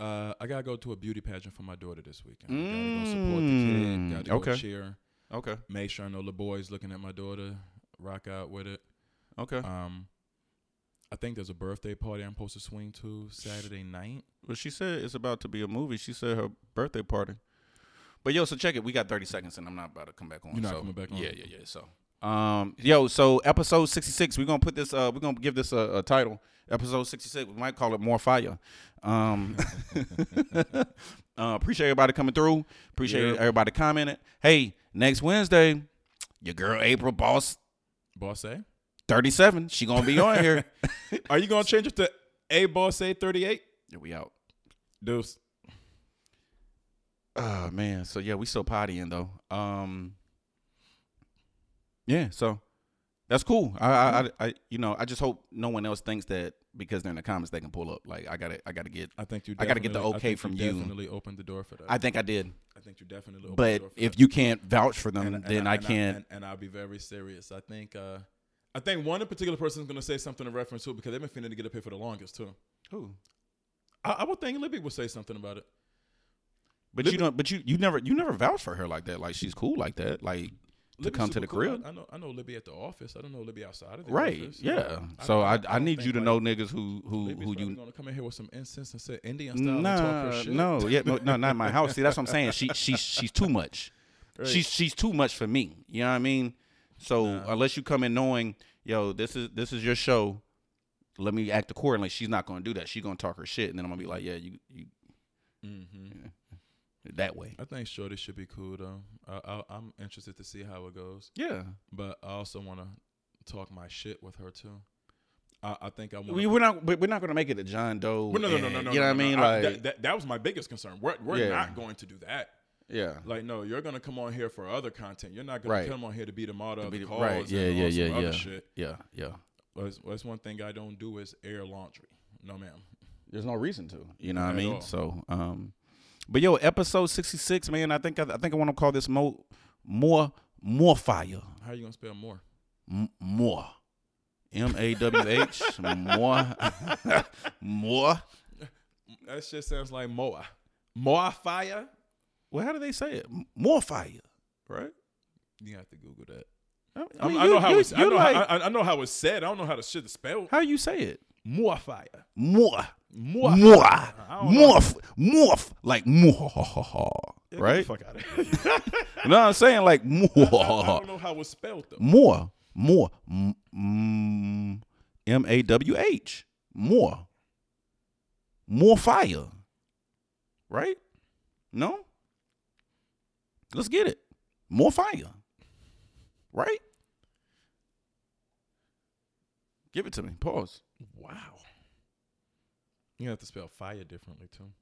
Uh, I gotta go to a beauty pageant for my daughter this weekend. Gotta go support the
Mm,
kid. Gotta go
okay.
cheer.
Okay.
Make sure I know the boys looking at my daughter. Rock out with it.
Okay.
Um, I think there's a birthday party I'm supposed to swing to Saturday night.
Well, she said it's about to be a movie. She said her birthday party. But yo, so check it. We got 30 seconds, and I'm not about to come back on.
You're not
so-
coming back on?
Yeah, yeah, yeah. So, um, yo, so episode 66. We're gonna put this. Uh, we're gonna give this a, a title. Episode 66. We might call it more fire. Um, uh, appreciate everybody coming through. Appreciate
Yep.
everybody commenting. Hey, next Wednesday, your girl April Boss
Boss A.
37. She gonna be on here.
Are you gonna change it to A Boss A 38?
Yeah, we out.
Deuce.
Oh man, so yeah, we still pottying though. Um, yeah, so that's cool. I, I,
Mm-hmm.
I, I, you know, I just hope no one else thinks that because they're in the comments they can pull up. Like, I gotta, I gotta get.
I think you.
I gotta get the
definitely- I
okay
think
from you.
Definitely opened the door for that.
I think I did,
I think you definitely. Opened the
but
door for
if
that.
you can't vouch for them,
and- and
then I,
and
can't.
and, and I'll be very serious. I think. Uh, I think one in particular person is going to say something in reference to it because they've been feeling to get up here for the longest too.
Who?
I, I would think Libby would say something about it.
But
Let
you
me-
don't. But you, you never, you never vouch for her like that. Like she's cool like that. Like to
Libby's
come to
super
the
cool.
crib.
I, I know. I know Libby at the office. I don't know Libby outside of the
right?
office.
Yeah. so I, I, need you to know niggas who, who,
Libby's
who you
going to come in here with some incense and say Indian style and
No,
talk her shit.
no, yeah, no, no, not in my house. See, that's what I'm saying. She, she's, she's too much.
Right.
She's, she's too much for me. You know what I mean? So unless you come in knowing, yo, this is, this is your show. Let me act accordingly. She's not gonna do that. She's gonna talk her shit, and then I'm gonna be like, yeah, you, you
Mhm.
that way.
I think Shorty should be cool though. I, I, I'm interested to see how it goes,
Yeah.
but I also want to talk my shit with her too. I, I think I want.
We, we're not. but We're not going to make it a John Doe.
Well, no, no, no,
and-
no, no.
You know
no,
what I mean?
no.
Like,
that, that, that was my biggest concern. We're, we're
Yeah.
not going to do that.
yeah,
Like, no, you're gonna come on here for other content. You're not gonna
Right.
come on here to be the model of
be
the
the-
cause.
right. Yeah,
and
yeah,
all some
yeah,
other
yeah.
Shit.
yeah, yeah.
That's, that's one thing I don't do is air laundry. No, ma'am.
There's no reason to. You know what I
At
mean?
all.
So, um, but yo, episode sixty six, man. I think I, I think I want to call this mo more more fire
How you gonna spell more?
M- more. M A W H more more.
That shit sounds like Moa. Moa fire,
Well, how do they say it? M- More fire.
right? You have to Google that.
I,
I,
mean,
I know
you-
how
you-
it's, I
you
know
like-
how, I, I know how it's said. I don't know how the shit is spelled.
how you say it?
Moa fire.
More.
Moa.
More.
don't know.
Morph. Morph. Like more.
Yeah, get the
Right?
fuck out of here.
You know what I'm saying? Like
I
more.
don't know how it's spelled though.
More. More. M- mm, M A W H. More. More fire. Right? No? Let's get it. More fire. Right? Give it to me. Pause.
Wow. You have to spell fire differently too.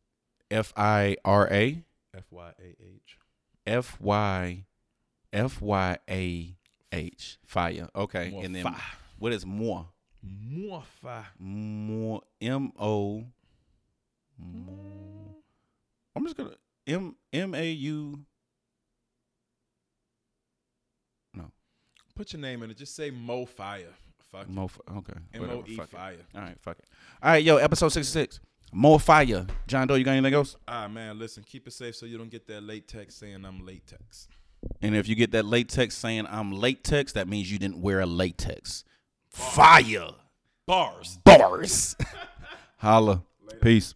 F I R A.
F Y A H.
F Y F Y A H. Fire. Okay.
More
and then
fire.
what is more?
More fire.
More M O. Mo- I'm just gonna M M A U.
Put your name in it. Just say Mo fire. Fuck it.
Mo. Okay.
M
whatever,
O E
fuck it.
fire.
All right. Fuck it. All right, yo. Episode sixty six. More fire. John Doe, you got anything else?
Ah man, listen, keep it safe so you don't get that late text saying I'm late text.
And if you get that latex saying I'm latex, that means you didn't wear a latex. Fire
Bars.
bars. Holla. Peace.